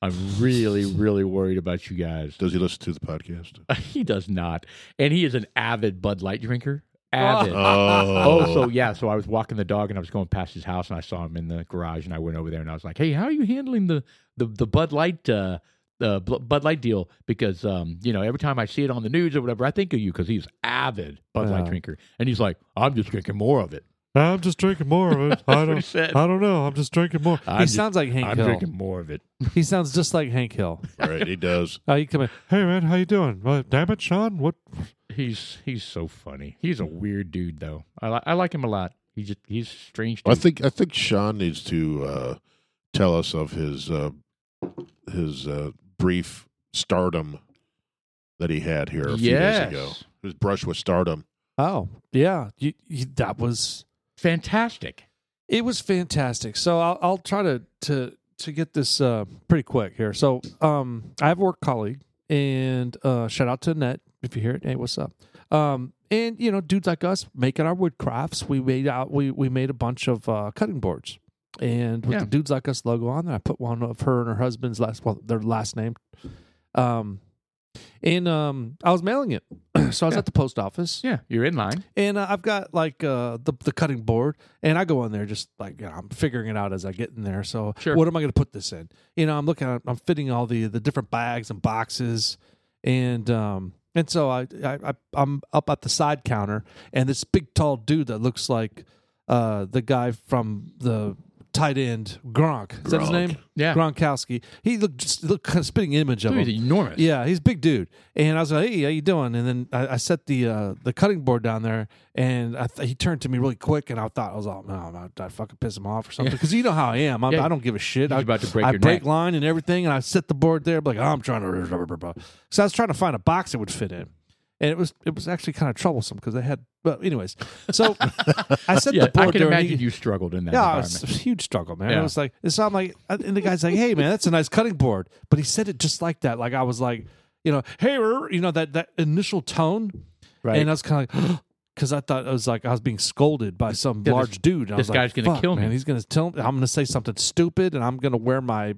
I'm really, really worried about you guys.
Does he listen to the podcast?
He does not. And he is an avid Bud Light drinker. Avid. Oh,
Oh,
so yeah. So I was walking the dog and I was going past his house and I saw him in the garage and I went over there and I was like, hey, how are you handling the the, the Bud Light uh, uh, Bl- Bud Light deal? Because um, you know, every time I see it on the news or whatever, I think of you because he's avid Bud Light
Yeah.
drinker. And he's like, I'm just drinking more of it.
I'm just drinking more of it. I
That's what he said.
I don't know. I'm just drinking more.
I'm
he
just-
sounds like Hank
I'm
Hill.
drinking more of it.
He sounds just like Hank Hill.
right. Oh, He does.
Uh, you come in. Hey man, how you doing? Well, damn it, Sean. What?
He's he's so funny. He's a
Mm-hmm.
weird dude though. I li- I like him a lot. He just he's a strange. Dude.
I think I think Sean needs to uh, tell us of his uh, his uh, brief stardom that he had here a
Yes.
few days ago. His brush with stardom.
Oh yeah, you, you, that was
fantastic.
it was fantastic. So I'll, I'll try to to to get this uh, pretty quick here. So um, I have a work colleague, and uh, shout out to Annette if you hear it. Hey, what's up? Um, and you know, dudes like us making our wood crafts. We made out we we made a bunch of uh, cutting boards, and with
Yeah.
the dudes like us logo on there, I put one of her and her husband's last well their last name. Um, and um, I was mailing it, so I was
Yeah.
at the post office
Yeah, you're in line.
and uh, I've got like uh, the the cutting board, and I go in there just like you know, I'm figuring it out as I get in there. So
Sure.
what am I going to put this in? You know, I'm looking, at, I'm fitting all the the different bags and boxes, and um and so I, I I I'm up at the side counter, and this big tall dude that looks like uh the guy from the tight end Gronk is that his
Gronk.
name?
Yeah.
Gronkowski. He looked just looked kind of spitting image of
Dude,
him.
he's enormous.
Yeah, he's a big dude. And I was like, "Hey, how you doing?" And then I, I set the uh, the cutting board down there, and I th- he turned to me really quick, and I thought I was like, "No, I'm not, I fucking piss him off or something," because you know how I am. I'm,
Yeah.
I don't give a shit.
He's
I,
about to break
I
your
break
neck.
line and everything, and I set the board there. like, I'm trying to. Blah, blah, blah, blah. So I was trying to find a box that would fit in. And it was it was actually kind of troublesome because they had. Well, anyways, so I set
Yeah,
the board
I can
there. and
imagine
he-
you struggled in that
yeah, it was
environment.
a huge struggle, man.
Yeah.
It was like, and so I'm like, uh, and the guy's like, "Hey, man, that's a nice cutting board," but he said it just like that, like I was like, you know, "Hey," er," you know, that that initial tone,
Right.
and I was kind of like. Because I thought it was like I was being scolded by some
Yeah, this-
large dude. And I
this
was like,
guy's gonna
"Fuck,
kill me."
Man. He's going to tell me I'm going to say something stupid, and I'm going to wear my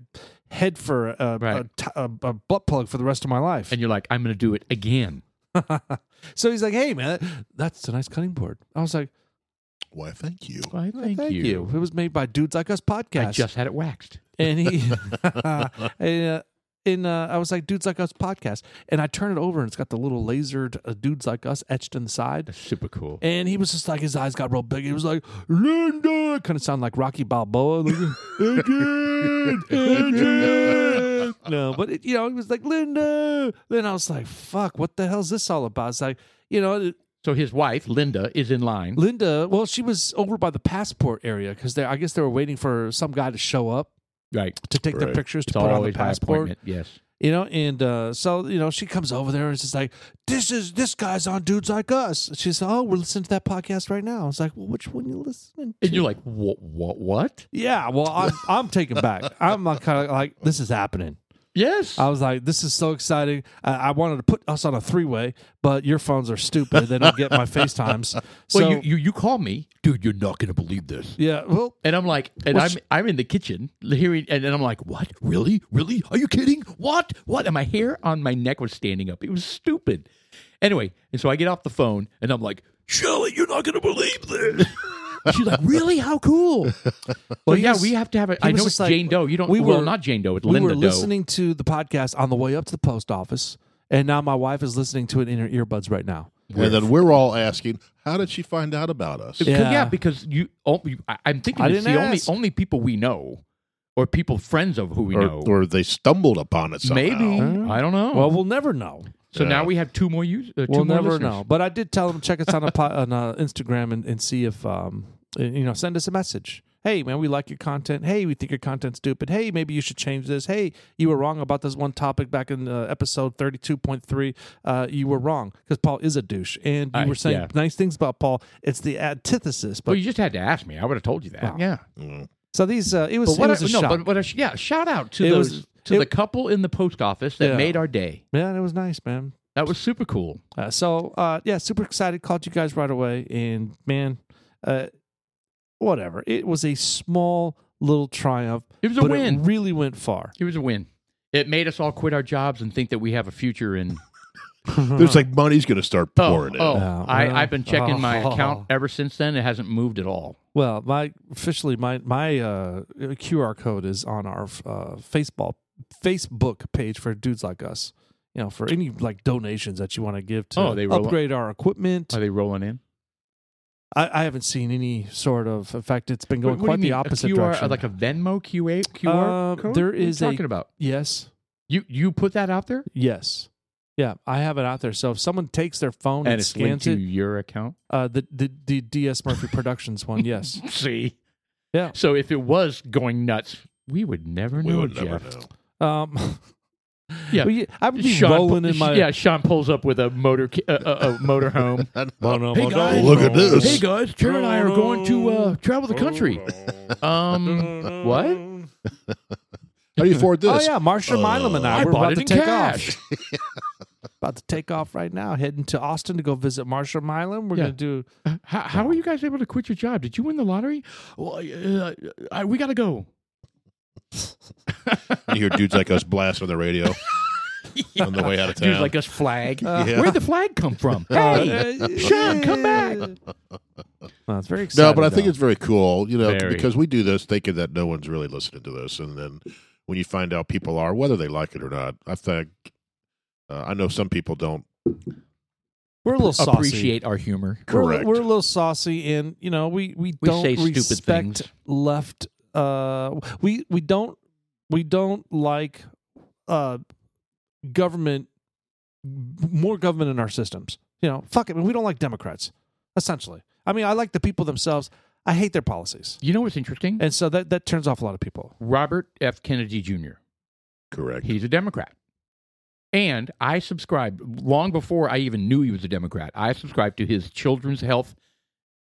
head for a,
Right.
a, t- a, a butt plug for the rest of my life.
And you're like, I'm going to do it again.
so he's like, "Hey, man, that's a nice cutting board." I was like,
Why? Thank you.
Why,
"Thank, you. It was made by dudes like us podcast.
I just had it waxed.
and he and, uh, and uh, I was like dudes like us podcast and I turn it over and it's got the little lasered uh, dudes like us etched inside
That's super cool.
and he was just like his eyes got real big he was like Linda kind of sound like Rocky Balboa like, Adrian, Adrian. no but it, you know he was like Linda then I was like fuck what the hell's this all about it's like you know it-
so his wife, Linda, is in line.
Linda well she was over by the passport area because I guess they were waiting for some guy to show up
Right.
to take their
Right.
pictures to
It's
put on the
always by
passport.
appointment. Yes.
You know, and uh, so you know, she comes over there and she's like, "This is this guy's on dudes like us." She's like, "Oh, we're listening to that podcast right now." I was like, "Well, which one you listening?" To?
And you're like, what? What? What?
yeah, well, I'm I'm taken back. I'm kind of like, "This is happening."
Yes.
I was like, "This is so exciting." I, I wanted to put us on a three way, but your phones are stupid. They don't get my FaceTimes. So
well, you, you you call me, dude. You're not gonna believe this.
yeah, well,
And I'm like, and
Well, sh-
I'm I'm in the kitchen hearing, and, and I'm like, what? Really? Really? Are you kidding? What? What? And my hair on my neck was standing up. It was stupid. Anyway, and so I get off the phone, and I'm like, Shelly, you're not gonna believe this. She's like, really? How cool? Well,
he
yeah,
was-
we have to have a
he
I
was
know
just
it's
like-
Jane Doe. You don't.
we
We well,
were-
not Jane Doe. It's
we
Linda
were
Doe.
listening to the podcast on the way up to the post office, and now my wife is listening to it in her earbuds right now.
and then we're all asking, how did she find out about us?
Because- Yeah.
Yeah.
because you. Oh, you- I, I'm thinking
I
it's the
didn't
only
ask.
only people we know, or people friends of who we
or,
know.
or they stumbled upon it somehow.
Maybe I don't know.
Well, we'll never know.
so now
yeah.
we have two more users. Uh, two
we'll
more
never
listeners.
know. But I did tell them check us out on, a po- on uh, Instagram and, and see if um uh, you know send us a message. Hey man, we like your content. Hey, we think your content's stupid. Hey, maybe you should change this. Hey, you were wrong about this one topic back in uh, episode thirty two point three. Uh, you were wrong because Paul is a douche, and you
I-
were saying
yeah.
nice things about Paul. It's the antithesis. But
well, you just had to ask me. I would have told you that.
Wow.
Yeah.
Mm.
so these uh, it was
But what?
it was
I, no,
a shock.
but, but a, sh- yeah. Shout out to
It
those
was-
to
it-
the couple in the post office that
Yeah.
made our day.
yeah, it was nice, man.
That was super cool.
Uh, so uh, yeah, super excited. Called you guys right away, and man, uh, whatever. It was a small little triumph.
It was a
but
win.
It really went far.
It was a win. It made us all quit our jobs and think that we have a future in.
There's like money's going to start
Oh,
pouring
oh
in.
Yeah, well,
I, I've been checking my account
oh.
ever since then. It hasn't moved at all.
Well, my officially my my uh, QR code is on our uh, Facebook Facebook page for dudes like us. You know, for any like donations that you want to give to
Oh, they roll-
upgrade our equipment.
Are they rolling in?
I, I haven't seen any sort of. In fact, it's been going
What- what
quite
do
the
you mean, a
opposite
QR,
direction.
Like a Venmo QA, QR
Uh,
code?
there
What are you
is a-
talking about.
yes.
You you put that out there
Yes. Yeah, I have it out there. So if someone takes their phone and,
and it's linked
scans
to
it,
your account.
uh, the, the the DS Murphy Productions one, yes.
See,
Yeah.
So if it was going nuts, we would never
We
know,
would
Jeff.
never know.
Um,
Yeah.
well, I would be
Sean,
rolling in my.
yeah, Sean pulls up with a motor ca- uh, uh, a motor home. Hey, guys.
Look at this.
hey guys, Karen and I are going to uh, travel the country. Um, what?
How do you afford this?
Oh Hmm. yeah, Marsha
Uh,
Milam and I,
I
we're
bought
about
it
to
in
take
cash.
off. about to take off right now, heading to Austin to go visit Marsha Milam. We're
Yeah.
gonna do.
How, how are you guys able to quit your job? Did you win the lottery? Well, uh, I, we gotta go.
You hear dudes like us blasting the radio on the way out of town.
Dudes like us flag.
Yeah.
Where'd the flag come from? Hey,
Uh,
Sean, come back.
No, it's very exciting.
no, but I think it's very cool, you know,
Very.
because we do this thinking that no one's really listening to this, and then when you find out people are, whether they like it or not, I think uh, I know some people don't.
we're a little saucy.
appreciate our humor.
We're-
Correct.
We're, a little saucy, and you know we we,
We
don't
say stupid
respect
things.
left. Uh, we we don't we don't like uh government more government in our systems. You know, fuck it. We don't like Democrats. Essentially, I mean, I like the people themselves. I hate their policies,
You know what's interesting?
and so that that turns off a lot of people.
Robert F. Kennedy Jr.
Correct.
He's a Democrat. And I subscribed long before I even knew he was a Democrat. I subscribed to his Children's Health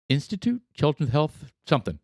Institute, Children's Health something.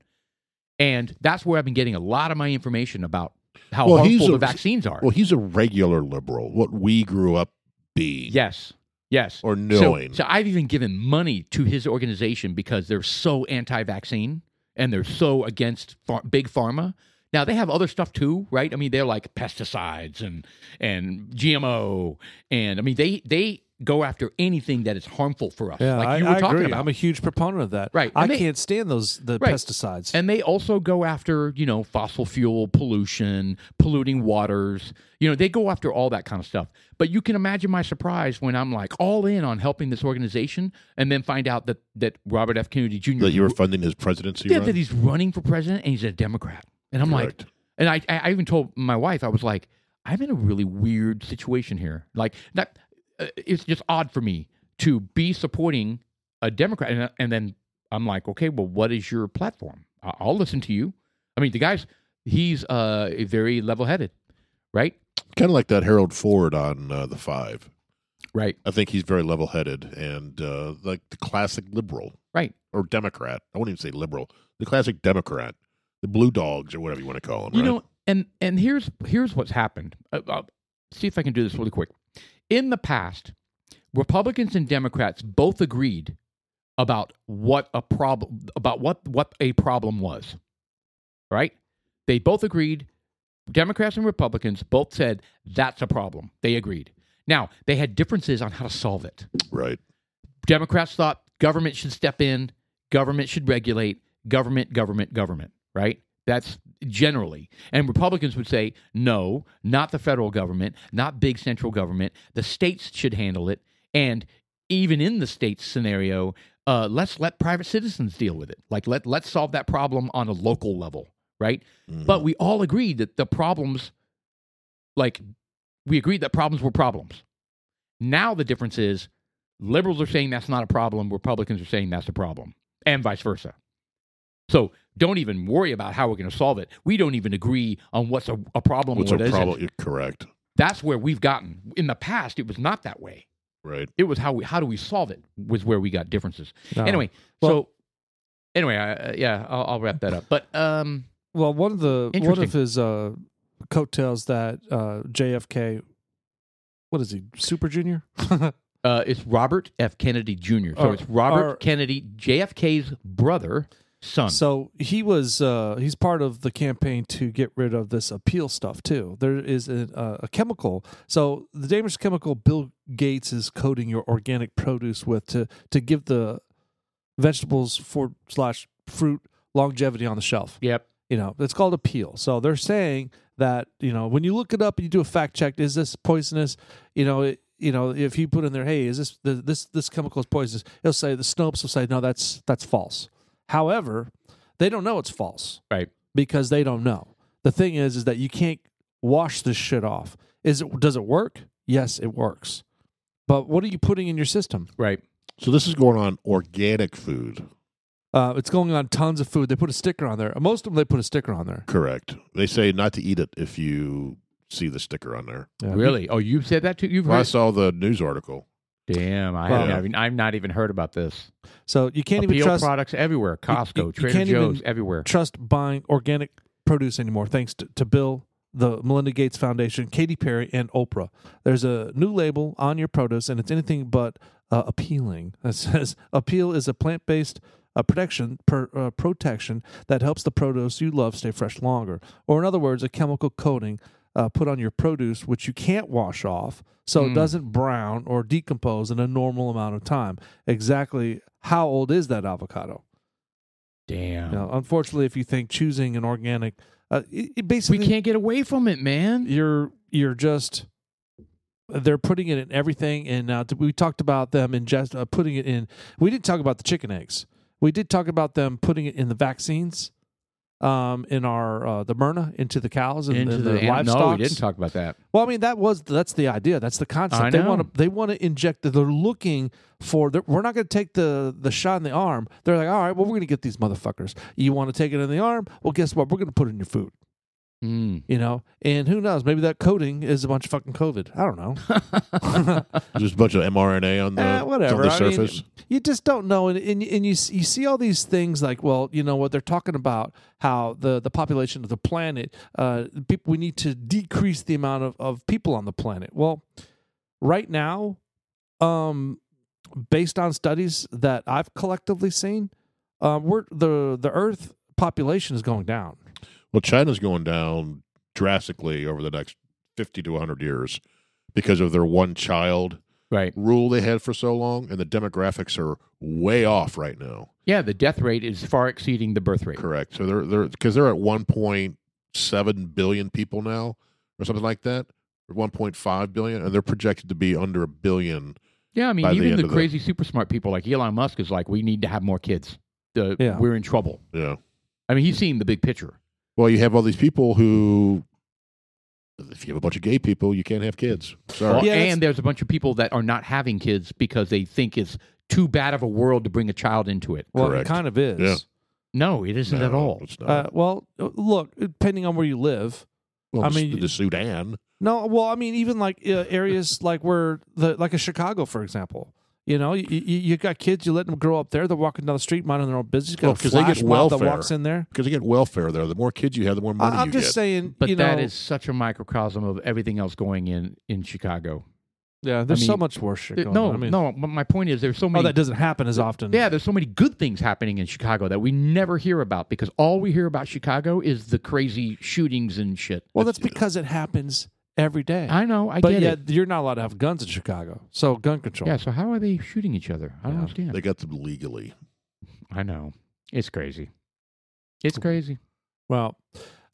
And that's where I've been getting a lot of my information about how
Well, he's
harmful
a-
the vaccines are.
well, he's a regular liberal, what we grew up being
yes. Yes.
or
So-
knowing.
So, I've even given money to his organization because they're so anti-vaccine and they're so against phar- big pharma. Now they have other stuff too, right? I mean, they're like pesticides and and GMO, and I mean they they go after anything that is harmful for us. like you were talking about.
I'm a huge proponent of that.
Right,
I
and they-
can't stand those the
Right.
pesticides.
And they also go after, you know, fossil fuel pollution, polluting waters. You know, they go after all that kind of stuff. But you can imagine my surprise when I'm like all in on helping this organization and then find out that that Robert F. Kennedy Jr.
that you were funding his presidency.
yeah,
run?
that he's running for president and he's a Democrat. And I'm
Correct.
like and I I I even told my wife, I was like, I'm in a really weird situation here. Like that uh, it's just odd for me to be supporting a Democrat, and, and then I'm like, okay, well, what is your platform? I- I'll listen to you. I mean, the guy's he's uh, very level-headed, right?
Kind of like that Harold Ford on uh, The Five.
Right.
I think he's very level headed and uh, like the classic liberal.
Right.
Or Democrat. I wouldn't even say liberal. The classic Democrat. The blue dogs or whatever you want to call them.
You know, and and here's here's what's happened. Uh, uh, see if I can do this really quick. In the past, Republicans and Democrats both agreed about what a problem about what what a problem was. Right? They both agreed. Democrats and Republicans both said that's a problem. They agreed. Now, they had differences on how to solve it.
right.
Democrats thought government should step in, government should regulate, government, government, government, right? That's generally. And Republicans would say, no, not the federal government, not big central government. The states should handle it. And even in the states scenario, uh, let's let private citizens deal with it. Like, let, let's solve that problem on a local level, right?
Mhm.
But we all agreed that the problems, like, we agreed that problems were problems. Now the difference is liberals are saying that's not a problem, Republicans are saying that's a problem, and vice versa. So don't even worry about how we're going to solve it. We don't even agree on what's a, a problem
what's
or what
a
isn't.
problem? You're correct.
That's where we've gotten. In the past, it was not that way.
Right.
It was how we, how do we solve it was where we got differences.
Oh.
No.
Anyway, so
Well-
anyway, I, uh, yeah, I'll, I'll wrap that up. But um,
Well, one of the one
Interesting.
of his uh, coattails that uh, JFK, what is he, Super Junior?
Uh, it's Robert F. Kennedy Jr. So
Or-
it's Robert
or-
Kennedy, JFK's brother, son.
so he was uh, he's part of the campaign to get rid of this appeal stuff too. There is a, uh, a chemical. So the dangerous chemical Bill Gates is coating your organic produce with to to give the vegetables for slash fruit longevity on the shelf.
yep.
you know it's called appeal so they're saying that you know when you look it up and you do a fact check is this poisonous you know it, you know if you put in there hey is this the, this this chemical is poisonous it'll say the snopes will say no that's that's false however they don't know it's false
Right.
because they don't know the thing is is that you can't wash this shit off is it does it work yes it works but what are you putting in your system
Right.
So this is going on organic food.
uh, it's going on tons of food they put a sticker on there most of them they put a sticker on there
Correct. They say not to eat it if you see the sticker on there.
Yeah.
Really? Oh, you've said that too? You've
Well, I
heard?
saw the news article.
Damn, I
Well-
haven't, even- I've not even heard about this.
so you can't even
Appeal
trust
products everywhere, Costco,
you- you
Trader
can't even-
Joe's, everywhere.
trust buying organic produce anymore, thanks to, to Bill, the Melinda Gates Foundation, Katy Perry, and Oprah. There's a new label on your produce, and it's anything but uh, appealing. It says appeal is a plant based. uh protection per, uh, protection that helps the produce you love stay fresh longer, or in other words, a chemical coating uh, put on your produce which you can't wash off, so
Mm.
it doesn't brown or decompose in a normal amount of time. Exactly, how old is that avocado?
Damn.
No, unfortunately, if you think choosing an organic, uh, it, it
we
basically
can't get away from it, man.
You're you're just they're putting it in everything, and now t- we talked about them ingest uh, putting it in. We didn't talk about the chicken eggs. We did talk about them putting it in the vaccines, um, in our uh, the Myrna into the cows and,
Into
and
the,
the,
an-
livestock.
No, we didn't talk about that.
Well, I mean that was that's the idea. That's the concept.
I
They
know.
want to they want to inject. They're looking for. They're, we're not going to take the the shot in the arm. They're like, all right, well, we're going to get these motherfuckers. You want to take it in the arm? Well, guess what? We're going to put it in your food.
Mm.
You know, and who knows? Maybe that coating is a bunch of fucking COVID. I don't know.
There's a bunch of mRNA on the,
Eh, whatever.
on the
I mean,
surface.
you just don't know, and and, and you s- you see all these things like, well, you know what they're talking about how the the population of the planet, uh, peop we need to decrease the amount of of people on the planet. Well, right now, um, based on studies that I've collectively seen, uh, we're the the Earth population is going down.
Well, China's going down drastically over the next 50 to 100 years because of their one child
Right.
rule they had for so long, and the demographics are way off right now.
Yeah, the death rate is far exceeding the birth rate.
Correct. So they're they're because they're at 1.7 billion people now, or something like that, or 1.5 billion, and they're projected to be under a billion.
Yeah, I mean,
by the
even
end
the,
of the-
crazy super smart people like Elon Musk is like, we need to have more kids. The,
Yeah.
We're in trouble.
Yeah.
I mean, he's seeing the big picture.
Well, you have all these people who, if you have a bunch of gay people, you can't have kids. Sorry.
Well,
Yeah, that's-
and there's a bunch of people that are not having kids because they think it's too bad of a world to bring a child into it.
Well,
Correct.
it kind of is.
Yeah.
No, it isn't at
No,
all.
It's not.
Uh, well, look, depending on where you live.
well,
I
the-
mean,
the Sudan.
No, well, I mean, even like uh, areas like where the like a Chicago, for example. You know, you, you, you got kids, you let them grow up there. They're walking down the street, minding their own business. You got
Well,
a
'cause they get
flash mob that
welfare.
walks in there.
Because you get welfare there. The more kids you have, the more money
I, am
you
just
get.
saying,
But
you know,
that is such a microcosm of everything else going in in Chicago.
yeah. There's
I
so
mean,
much worse shit
Th-
going
no,
on. I mean,
no. But my point is, there's so
oh,
many.
that doesn't happen as often.
yeah, there's so many good things happening in Chicago that we never hear about because all we hear about Chicago is the crazy shootings and shit.
Well, that's because it happens every day.
I know, I
but
get
yet
it.
you're not allowed to have guns in Chicago, so gun control.
Yeah. So how are they shooting each other? I don't
Yeah.
understand.
They got them legally.
I know. It's crazy. It's crazy.
Well,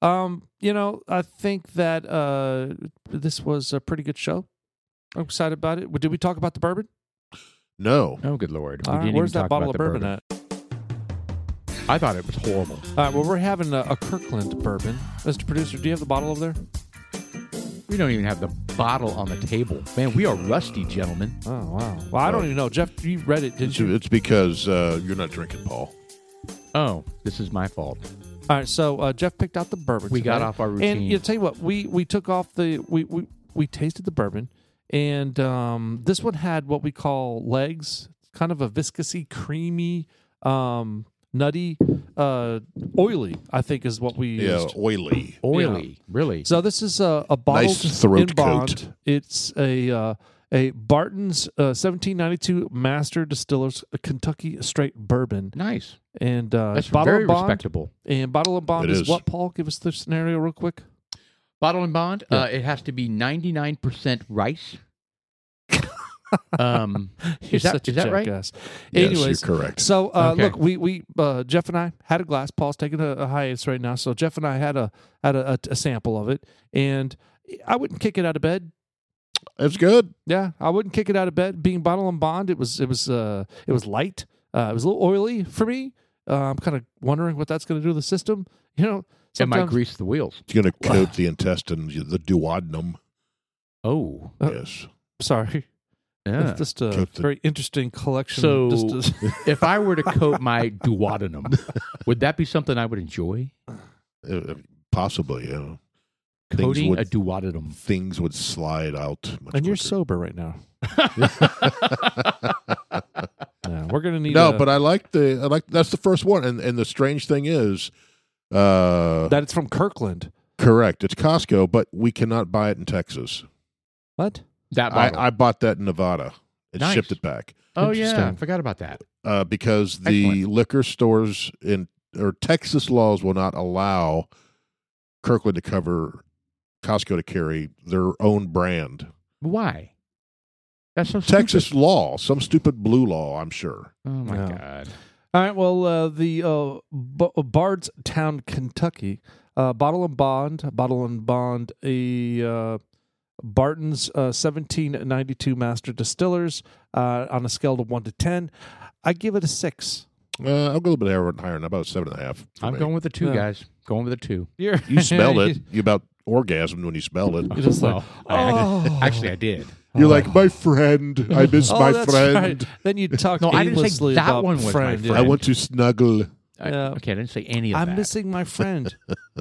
um, you know, I think that uh, this was a pretty good show. I'm excited about it. Did we talk about the bourbon?
No.
Oh, good lord. We
All right,
didn't
where's
even
that
talk
bottle of
about
bourbon,
the
at?
bourbon? I thought it was horrible.
All right, well, we're having a, a Kirkland bourbon. Mr. Producer, do you have the bottle over there?
We don't even have the bottle on the table. Man, we are rusty, gentlemen.
Oh, wow. Well, I don't
Oh.
even know. Jeff, you read it, didn't
It's,
you?
it's because uh, you're not drinking, Paul.
Oh, this is my fault.
All right, so uh, Jeff picked out the bourbon.
We got
today.
off our
And
routine.
you know, tell you what, we we took off the we we, we tasted the bourbon, and um, this one had what we call legs, kind of a viscousy, creamy, um, nutty, uh, oily. I think is what we
Yeah,
used.
oily.
Oily, really.
So this is a, a bottled
Nice throat
in bond. It's a uh, a Barton's uh, 1792 Master Distillers Kentucky Straight Bourbon,
nice.
and uh,
That's
bottle
very
and bond.
respectable.
And bottle and bond
It
is
is.
what Paul? Give us the scenario real quick.
Bottle and bond.
Yeah.
Uh, it has to be ninety nine percent rice. um,
You're
is that
such a
is that right?
jackass.
yes,
Anyways,
you're correct.
so uh,
Okay.
look, we we uh, Jeff and I had a glass. Paul's taking a, a hiatus right now, so Jeff and I had a had a, a, a sample of it, and I wouldn't kick it out of bed.
It's good.
Yeah, I wouldn't kick it out of bed. Being bottle and bond, it was it was uh, it was light. Uh, it was a little oily for me. Uh, I'm kind of wondering what that's going to do to the system. You know,
It might
sometimes-
grease the wheels.
It's going to coat the intestines, the duodenum.
Oh,
Uh,
yes.
sorry,
yeah.
it's just a
Cooked it.
very interesting collection.
So-
just a-
if I were to coat my duodenum, would that be something I would enjoy?
Uh, possibly, yeah. Things
Coating
would-
a duodenum.
Things would slide out. Much
and you're
quicker.
sober right now. Yeah, we're gonna need
uh,
No,
a-
but I like the I like that's the first one, and and the strange thing is, uh,
that it's from Kirkland.
correct. It's Costco, but we cannot buy it in Texas.
What?
That bottle.
I, I bought that in Nevada and
Nice.
shipped it back
oh yeah, I
Interesting.
forgot about that.
uh, because the
Excellent.
liquor stores in or Texas laws will not allow Kirkland to cover Costco to carry their own brand.
Why? That's so stupid.
Texas law, some stupid blue law, I'm sure.
Oh my
No.
god.
All right. Well, uh, the uh, B- Bardstown, Kentucky, uh, Bottle and Bond, Bottle and Bond, a uh, Barton's uh, 1792 Master Distillers uh, on a scale of one to ten. I give it a six.
Uh, I'll go a little bit higher, higher, about seven and a half. for
I'm
me.
going with the two
Yeah.
guys. Going with the two.
You're,
You smelled it. You about orgasmed when you smelled it.
You're just like,
Well, I-
"Oh."
I, actually I did.
You're like my friend. I miss
Oh,
my
that's
friend.
right. Then you talk
No, I didn't say
aimlessly
that
about
one was my
friend.
friend.
I want to snuggle.
I-
Yeah.
okay, I didn't say any of
I'm
that.
missing my friend.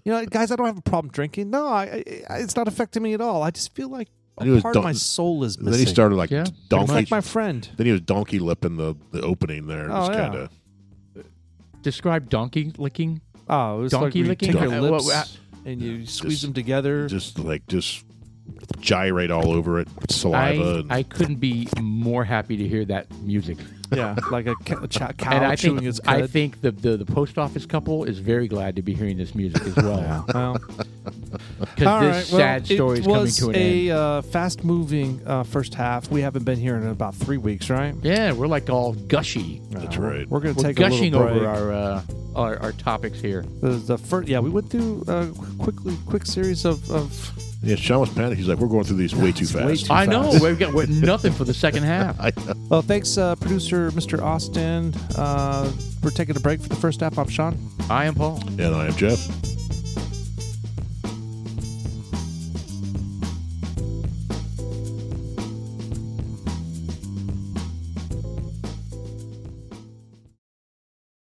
you know, guys, I don't have a problem drinking. No, I, I it's not affecting me at all. I just feel like a
And he was
part
don-
of my soul is
And
missing.
then he started like
Yeah,
d-
pretty
It's
donkey.
like my friend.
then he was donkey lipping the, the opening there.
Oh,
Just
yeah.
kind of
Describe donkey licking.
Oh, it was
Donkey
like
licking?
you take your
Uh,
lips
well,
and you squeeze
Just-
them together.
just like just gyrate all over it, saliva.
I,
and,
I couldn't be more happy to hear that music.
yeah, like a, ca- a cha- cow
and I
chewing
think
its cud.
I think the, the the post office couple is very glad to be hearing this music as well
Well,
because
all
this
right, well,
sad story
it
is coming
was
to an
a
end.
uh, fast-moving uh, first half. We haven't been here in about three weeks, right?
Yeah, we're like all gushy.
that's right.
We're gonna
We're
take
gushing
a little break.
over our, uh, our our topics here.
the, the first. Yeah, we went through a quickly quick series of, of
Yeah, Sean was panicked. He's like, we're going through these way too
It's way
fast.
too-
I know
fast.
we've got we're nothing for the second half.
I,
Well, thanks, uh, producer Mr. Austin. Uh, we're taking a break for the first half. I'm Sean.
I am Paul.
and I am Jeff.